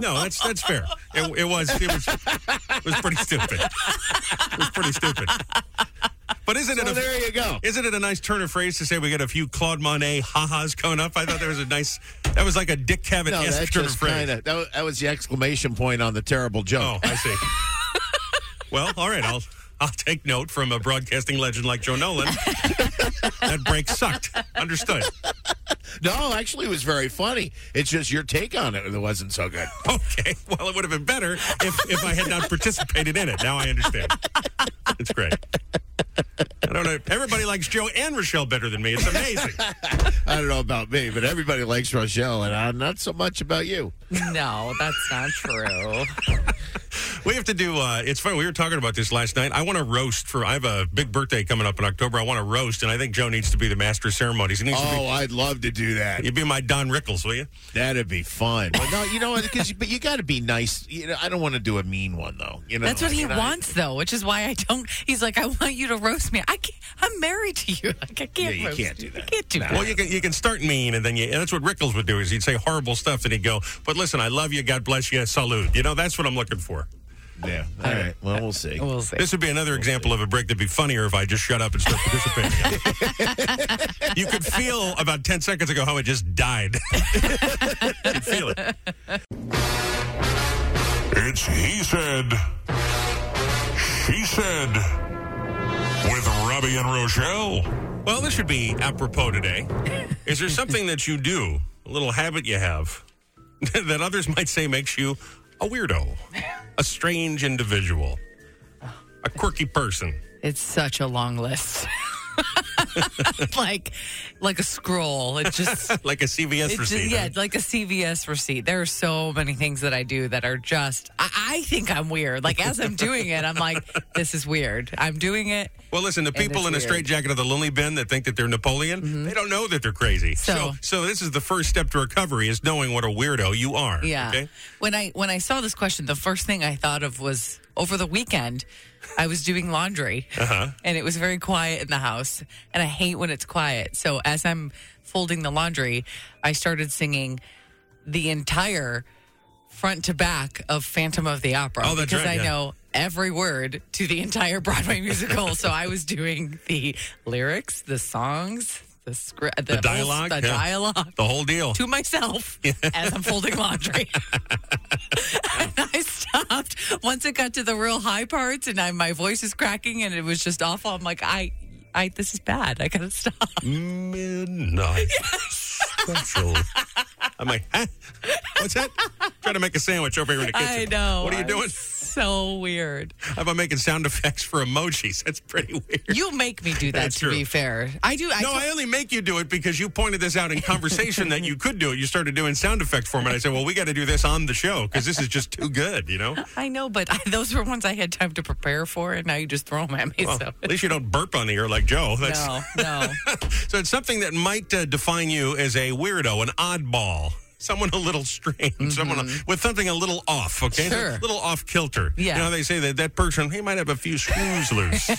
S1: No, that's that's fair. It, it was it was it was pretty stupid. It was pretty stupid. But isn't it
S3: So
S1: a,
S3: Oh, there you go.
S1: Isn't it a nice turn of phrase to say we got a few Claude Monet ha-has coming up? I thought there was a nice that was like a Dick Cavett
S3: No, that's
S1: esque turn of
S3: just
S1: phrase.
S3: kind of that, wa- that was the exclamation point on the terrible
S1: Oh,
S3: joke.
S1: I see. well, all right, I'll I'll take note from a broadcasting legend like Joe Nolan. that break sucked. Understood.
S3: No, actually, it was very funny. It's just your take on it that wasn't so good.
S1: Okay. Well, it would have been better if, if I had not participated in it. Now I understand. It's great. I don't know. Everybody likes Joe and Rochelle better than me. It's amazing.
S3: I don't know about me, but everybody likes Rochelle, and I'm not so much about you.
S2: No, that's not true.
S1: We have to do. Uh, it's funny. We were talking about this last night. I want to roast for. I have a big birthday coming up in October. I want to roast, and I think Joe needs to be the master of ceremonies. He needs
S3: Oh, I'd love to do that.
S1: to be. You'd be my Don Rickles, will you?
S3: That'd be fun. But no, you know what? Because but you got to be nice. You know, I don't want to do a mean one though. You know,
S2: That's what he
S3: And I-
S2: wants, though, which is why I don't. He's like, I want you to roast me. I can't, I'm married to you. Like, I can't.
S3: Yeah, you
S2: roast
S3: can't do that.
S2: I can't do that.
S1: Well, you can you can start mean, and then you. And that's what Rickles would do. Is he'd say horrible stuff, and he'd go, "But listen, I love you. God bless you. Salute." You know, that's what I'm looking for.
S3: Yeah. All right. Well, we'll see.
S2: We'll see.
S1: This would be another example of a break that'd be funnier if I just shut up and stopped participating. you could feel about 10 seconds ago how it just died. you could feel it.
S10: It's He Said, She Said, with Robbie and Rochelle.
S1: Well, this should be apropos today. Is there something that you do, a little habit you have, that others might say makes you a weirdo, a strange individual, a quirky person?
S2: It's such a long list. like, like a scroll. It just.
S1: Like a CVS
S2: It's
S1: receipt.
S2: just, yeah, it's like a CVS receipt. There are so many things that I do that are just. I, I think I'm weird. Like as I'm doing it, I'm like, this is weird. I'm doing it.
S1: Well, listen, the people
S2: it's
S1: in a
S2: weird. Mm-hmm.
S1: straitjacket of the lonely bin that think that they're Napoleon, they don't know that they're crazy. so,
S2: So-
S1: so this is the first step to recovery is knowing what a weirdo you are.
S2: Yeah.
S1: Okay?
S2: When I when I saw this question, the first thing I thought of was over the weekend, I was doing laundry,
S1: Uh-huh.
S2: and it was very quiet in the house, and I hate when it's quiet. So as I'm folding the laundry, I started singing the entire front to back of Phantom of the Opera
S1: Oh, that's
S2: because
S1: right,
S2: I
S1: yeah.
S2: know every word to the entire Broadway musical. so I was doing the lyrics, the songs, the script, the,
S1: The
S2: whole-
S1: dialogue,
S2: the
S1: yeah.
S2: dialogue
S1: The whole deal.
S2: to myself as I'm folding laundry. and I stopped once it got to the real high parts, and I, my voice is cracking, and it was just awful. I'm like, I, I, this is bad. I gotta stop.
S1: Midnight special. I'm like, huh? What's that? Trying to make a sandwich over here in the kitchen.
S2: I know.
S1: What are you
S2: I'm
S1: doing?
S2: So weird.
S1: How about making sound effects for emojis? That's pretty weird.
S2: You make me do that.
S1: That's
S2: to
S1: true.
S2: be fair, I do. I
S1: no, I only make you do it because you pointed this out in conversation that you could do it. You started doing sound effects for me, and I said, "Well, we got to do this on the show because this is just too good," you know.
S2: I know, but I, those were ones I had time to prepare for, and now you just throw them at me.
S1: Well,
S2: so.
S1: at least you don't burp on the air like Joe. That's,
S2: No, no.
S1: So it's something that might uh, define you as a weirdo, an oddball, someone a little strange, someone a- with something a little off. Okay,
S2: Mm-hmm. Sure.
S1: a little off kilter.
S2: Yeah.
S1: you know how they say that that person he might have a few screws loose. do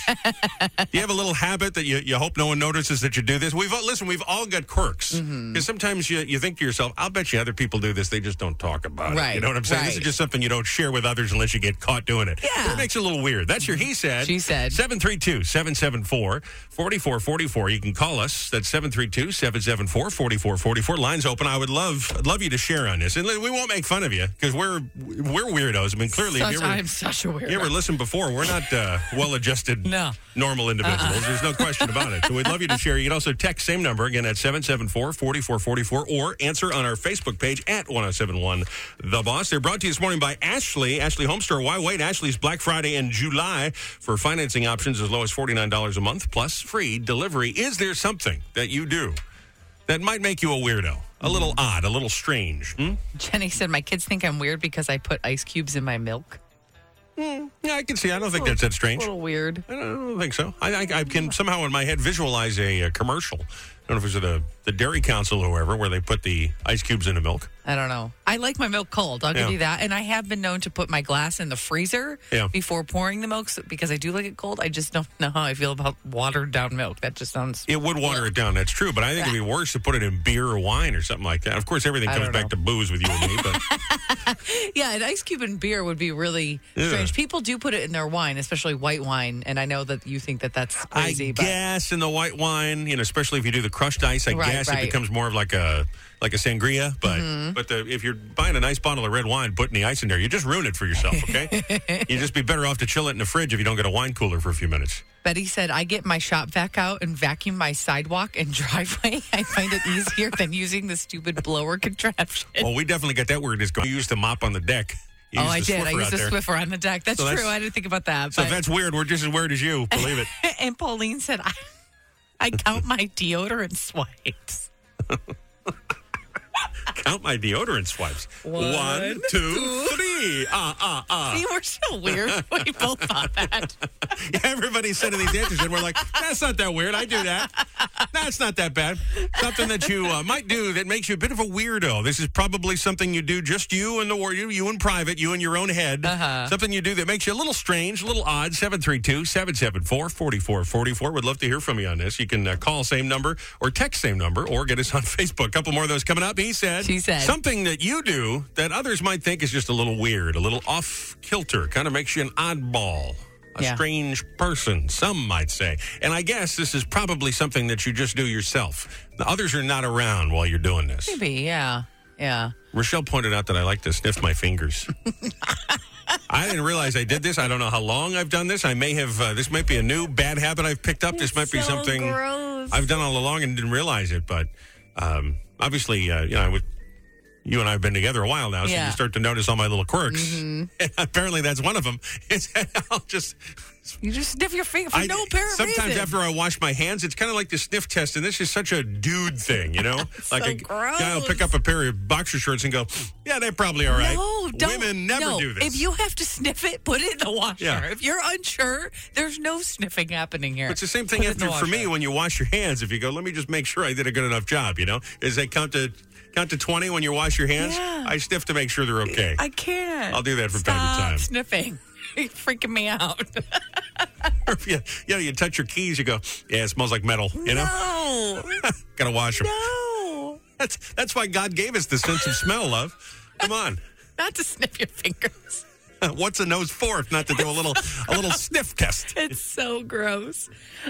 S1: you have a little habit that you, you hope no one notices that you do this? We've all listen, we've all got quirks. Because
S2: Mm-hmm.
S1: sometimes you you think to yourself, I'll bet you other people do this. They just don't talk about it. You
S2: Right,
S1: know what I'm saying? This
S2: right.
S1: is just something you don't share with others unless you get caught doing it.
S2: Yeah.
S1: But it makes it a little weird. That's your he said.
S2: She said.
S1: 732 774 4444. You can call us. That's 732 774 4444. Lines open. I would love I'd love you to share on this. And we won't make fun of you because we're we're weirdos. I mean, clearly, if
S2: Such,
S1: you ever,
S2: I'm such a weirdo.
S1: you ever listened before, we're not uh, well adjusted,
S2: No.
S1: normal individuals. There's no question about it. So we'd love you to share. You can also text same number again at 774 4444 or answer on our Facebook page at 1071 The Boss. They're brought to you this morning by Ashley, Ashley Homestore. Why wait? Ashley's Black Friday in July for financing options as low as $49 a month plus free delivery. Is there something that you do that might make you a weirdo? A little odd, a little strange. Hmm?
S2: Jenny said, My kids think I'm weird because I put ice cubes in my milk.
S1: Yeah, I can see. I don't think that's that
S2: A
S1: strange.
S2: little weird.
S1: I don't, I don't think so. I, I, I can somehow in my head visualize a, uh commercial. I don't know if it was the the Dairy Council or whoever, where they put the ice cubes in the milk.
S2: I don't know. I like my milk cold. I'll
S1: Yeah.
S2: give you that. And I have been known to put my glass in the freezer
S1: Yeah.
S2: before pouring the milk so- because I do like it cold. I just don't know how I feel about watered down milk. That just sounds.
S1: It would water it down. That's true, but I think it'd be worse to put it in beer or wine or something like that. Of course, everything
S2: I
S1: comes
S2: don't
S1: back
S2: know.
S1: to booze with you and me. But
S2: Yeah, an ice cube in beer would be really
S1: Yeah.
S2: strange. People do put it in their wine, especially white wine. And I know that you think that that's
S1: I
S2: crazy, but
S1: guess in the white wine, you know, especially if you do the crushed ice, I
S2: Right,
S1: guess
S2: right. Mm-hmm.
S1: it becomes more of like a like a sangria. But but the, if you're buying a nice bottle of red wine, putting the ice in there, you just ruin it for yourself. Okay, you just be better off to chill it in the fridge if you don't get a wine cooler for a few minutes.
S2: Betty said, I get my shop vac out and vacuum my sidewalk and driveway. I find it easier than using the stupid blower contraption.
S1: Well, we definitely got that weirdness going. You used the mop on the deck. You
S2: Oh,
S1: used
S2: I
S1: the
S2: did. I
S1: Swiffer out
S2: used a
S1: there.
S2: Swiffer on the deck. That's
S1: So that's-
S2: true. I didn't think about that.
S1: So if
S2: but-
S1: that's weird. We're just as weird as you. Believe it.
S2: and Pauline said, I, I count my deodorant swipes.
S1: Count my deodorant swipes.
S2: One,
S1: One, two, three. Ah, ah, ah.
S2: See, we're so weird. We both thought that.
S1: Everybody's sending these answers, and we're like, that's not that weird. I do that. That's not that bad. Something that you uh, might do that makes you a bit of a weirdo. This is probably something you do just you and the world, you, you in private, you in your own head. Uh-huh. Something you do that makes you a little strange, a little odd. 732 774 4444. Would love to hear from you on this. You can uh, call same number or text same number or get us on Facebook. A couple more of those coming up. He said,
S2: She said.
S1: something that you do that others might think is just a little weird, a little off kilter, kind of makes you an oddball. A
S2: Yeah.
S1: strange person, some might say. And I guess this is probably something that you just do yourself. The others are not around while you're doing this.
S2: Maybe, yeah. Yeah.
S1: Rochelle pointed out that I like to sniff my fingers. I didn't realize I did this. I don't know how long I've done this. I may have, uh, this might be a new bad habit I've picked up. this might be something I've done all along and didn't realize it. But um, obviously, uh, you know, with you and I have been together a while now, so
S2: Yeah.
S1: you start to notice all my little quirks. And apparently, that's one of them. Is I'll just
S2: You just sniff your finger for
S1: I-
S2: no apparent
S1: sometimes
S2: reason.
S1: after I wash my hands, it's kind of like the sniff test, and this is such a dude thing, you know. like
S2: so
S1: a guy will
S2: gross.
S1: pick up a pair of boxer shorts and go, "Yeah, they're probably all right."
S2: No, don't.
S1: Women never
S2: no.
S1: do this.
S2: If you have to sniff it, put it in the washer.
S1: Yeah.
S2: If you're unsure, there's no sniffing happening here.
S1: it's the same thing
S2: Put it in the
S1: after for me
S2: washer.
S1: when you wash your hands. If you go, "Let me just make sure I did a good enough job," you know, is they count to count to twenty when you wash your hands.
S2: Yeah.
S1: I sniff to make sure they're okay.
S2: I can't.
S1: I'll do that from
S2: Stop
S1: time to time.
S2: sniffing. You're freaking me out.
S1: Or if you, you know, you touch your keys, you go, "Yeah, it smells like metal," you know.
S2: No.
S1: Gotta wash them.
S2: no.
S1: That's that's why God gave us the sense of smell, love. Come on.
S2: Not to sniff your fingers.
S1: What's a nose for if not to do a little a little sniff test?
S2: It's so gross.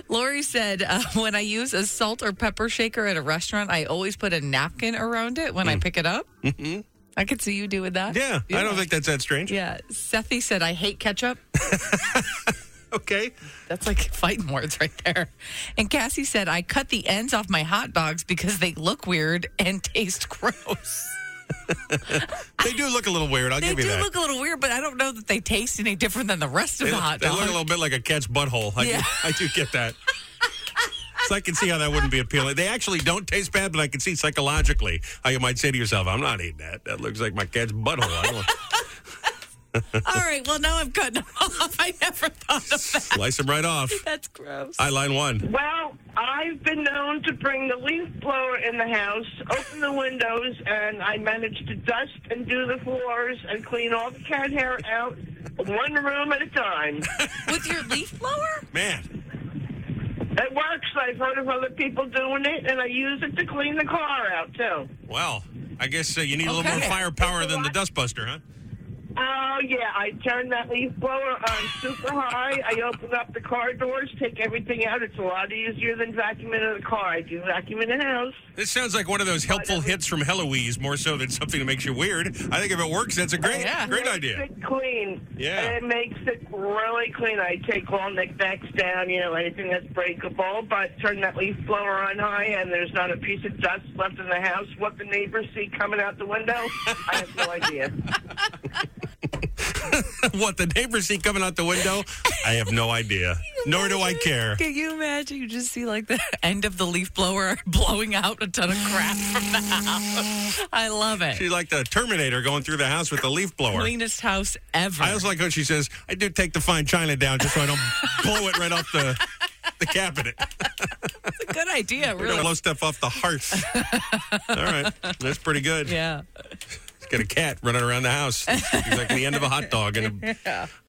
S2: Lori said, uh, when I use a salt or pepper shaker at a restaurant, I always put a napkin around it when I pick it up. Mm-hmm. I could see you doing that.
S1: Mm. Yeah, I don't think that's that strange.
S2: Yeah. Sethy said, I hate ketchup.
S1: Okay,
S2: That's like fighting words right there. And Cassie said, I cut the ends off my hot dogs because they look weird and taste gross.
S1: they do look a little weird. I'll
S2: They
S1: give you
S2: do
S1: that.
S2: look a little weird, but I don't know that they taste any different than the rest of
S1: they
S2: the
S1: look,
S2: hot
S1: they
S2: dogs.
S1: look a little bit like a cat's butthole. I,
S2: Yeah.
S1: do, I do get that. So I can see how that wouldn't be appealing. They actually don't taste bad, but I can see psychologically how you might say to yourself, "I'm not eating that. That looks like my cat's butthole." I don't want-
S2: All right. Well, now I'm cutting them off. I never thought of that.
S1: Slice them right off.
S2: That's gross.
S1: I line one.
S8: Well, I've been known to bring the leaf blower in the house, open the windows, and I manage to dust and do the floors and clean all the cat hair out, one room at a time.
S2: With your leaf blower?
S1: Man,
S8: It works. I've heard of other people doing it, and I use it to clean the car out too.
S1: well, I guess uh, you need a little
S2: Okay.
S1: more firepower than the dustbuster, huh?
S8: Oh yeah, I turn that leaf blower on super high. I open up the car doors, take everything out. It's a lot easier than vacuuming in the car. I do vacuum in the house.
S1: This sounds like one of those helpful hits from Heloise more so than something that makes you weird. I think if it works, that's a great,
S2: yeah.
S1: great idea.
S8: Makes it clean.
S1: Yeah.
S8: And it makes it really clean. I take all knickknacks down, you know, anything that's breakable, but turn that leaf blower on high and there's not a piece of dust left in the house. What the neighbors see coming out the window, I have no idea.
S1: what the neighbors see coming out the window, I have no idea. Nor do I care.
S2: Can you imagine? You just see like the end of the leaf blower blowing out a ton of crap from the house. I love it.
S1: She's like the Terminator going through the house with the leaf blower.
S2: Cleanest house ever.
S1: I also like when she says, "I do take the fine china down just so I don't blow it right off the the cabinet.
S2: It's a good idea,
S1: I don't
S2: really.
S1: blow stuff off the hearth." All right, that's pretty good.
S2: Yeah.
S1: She's got a cat running around the house. She's like the end of a hot dog and a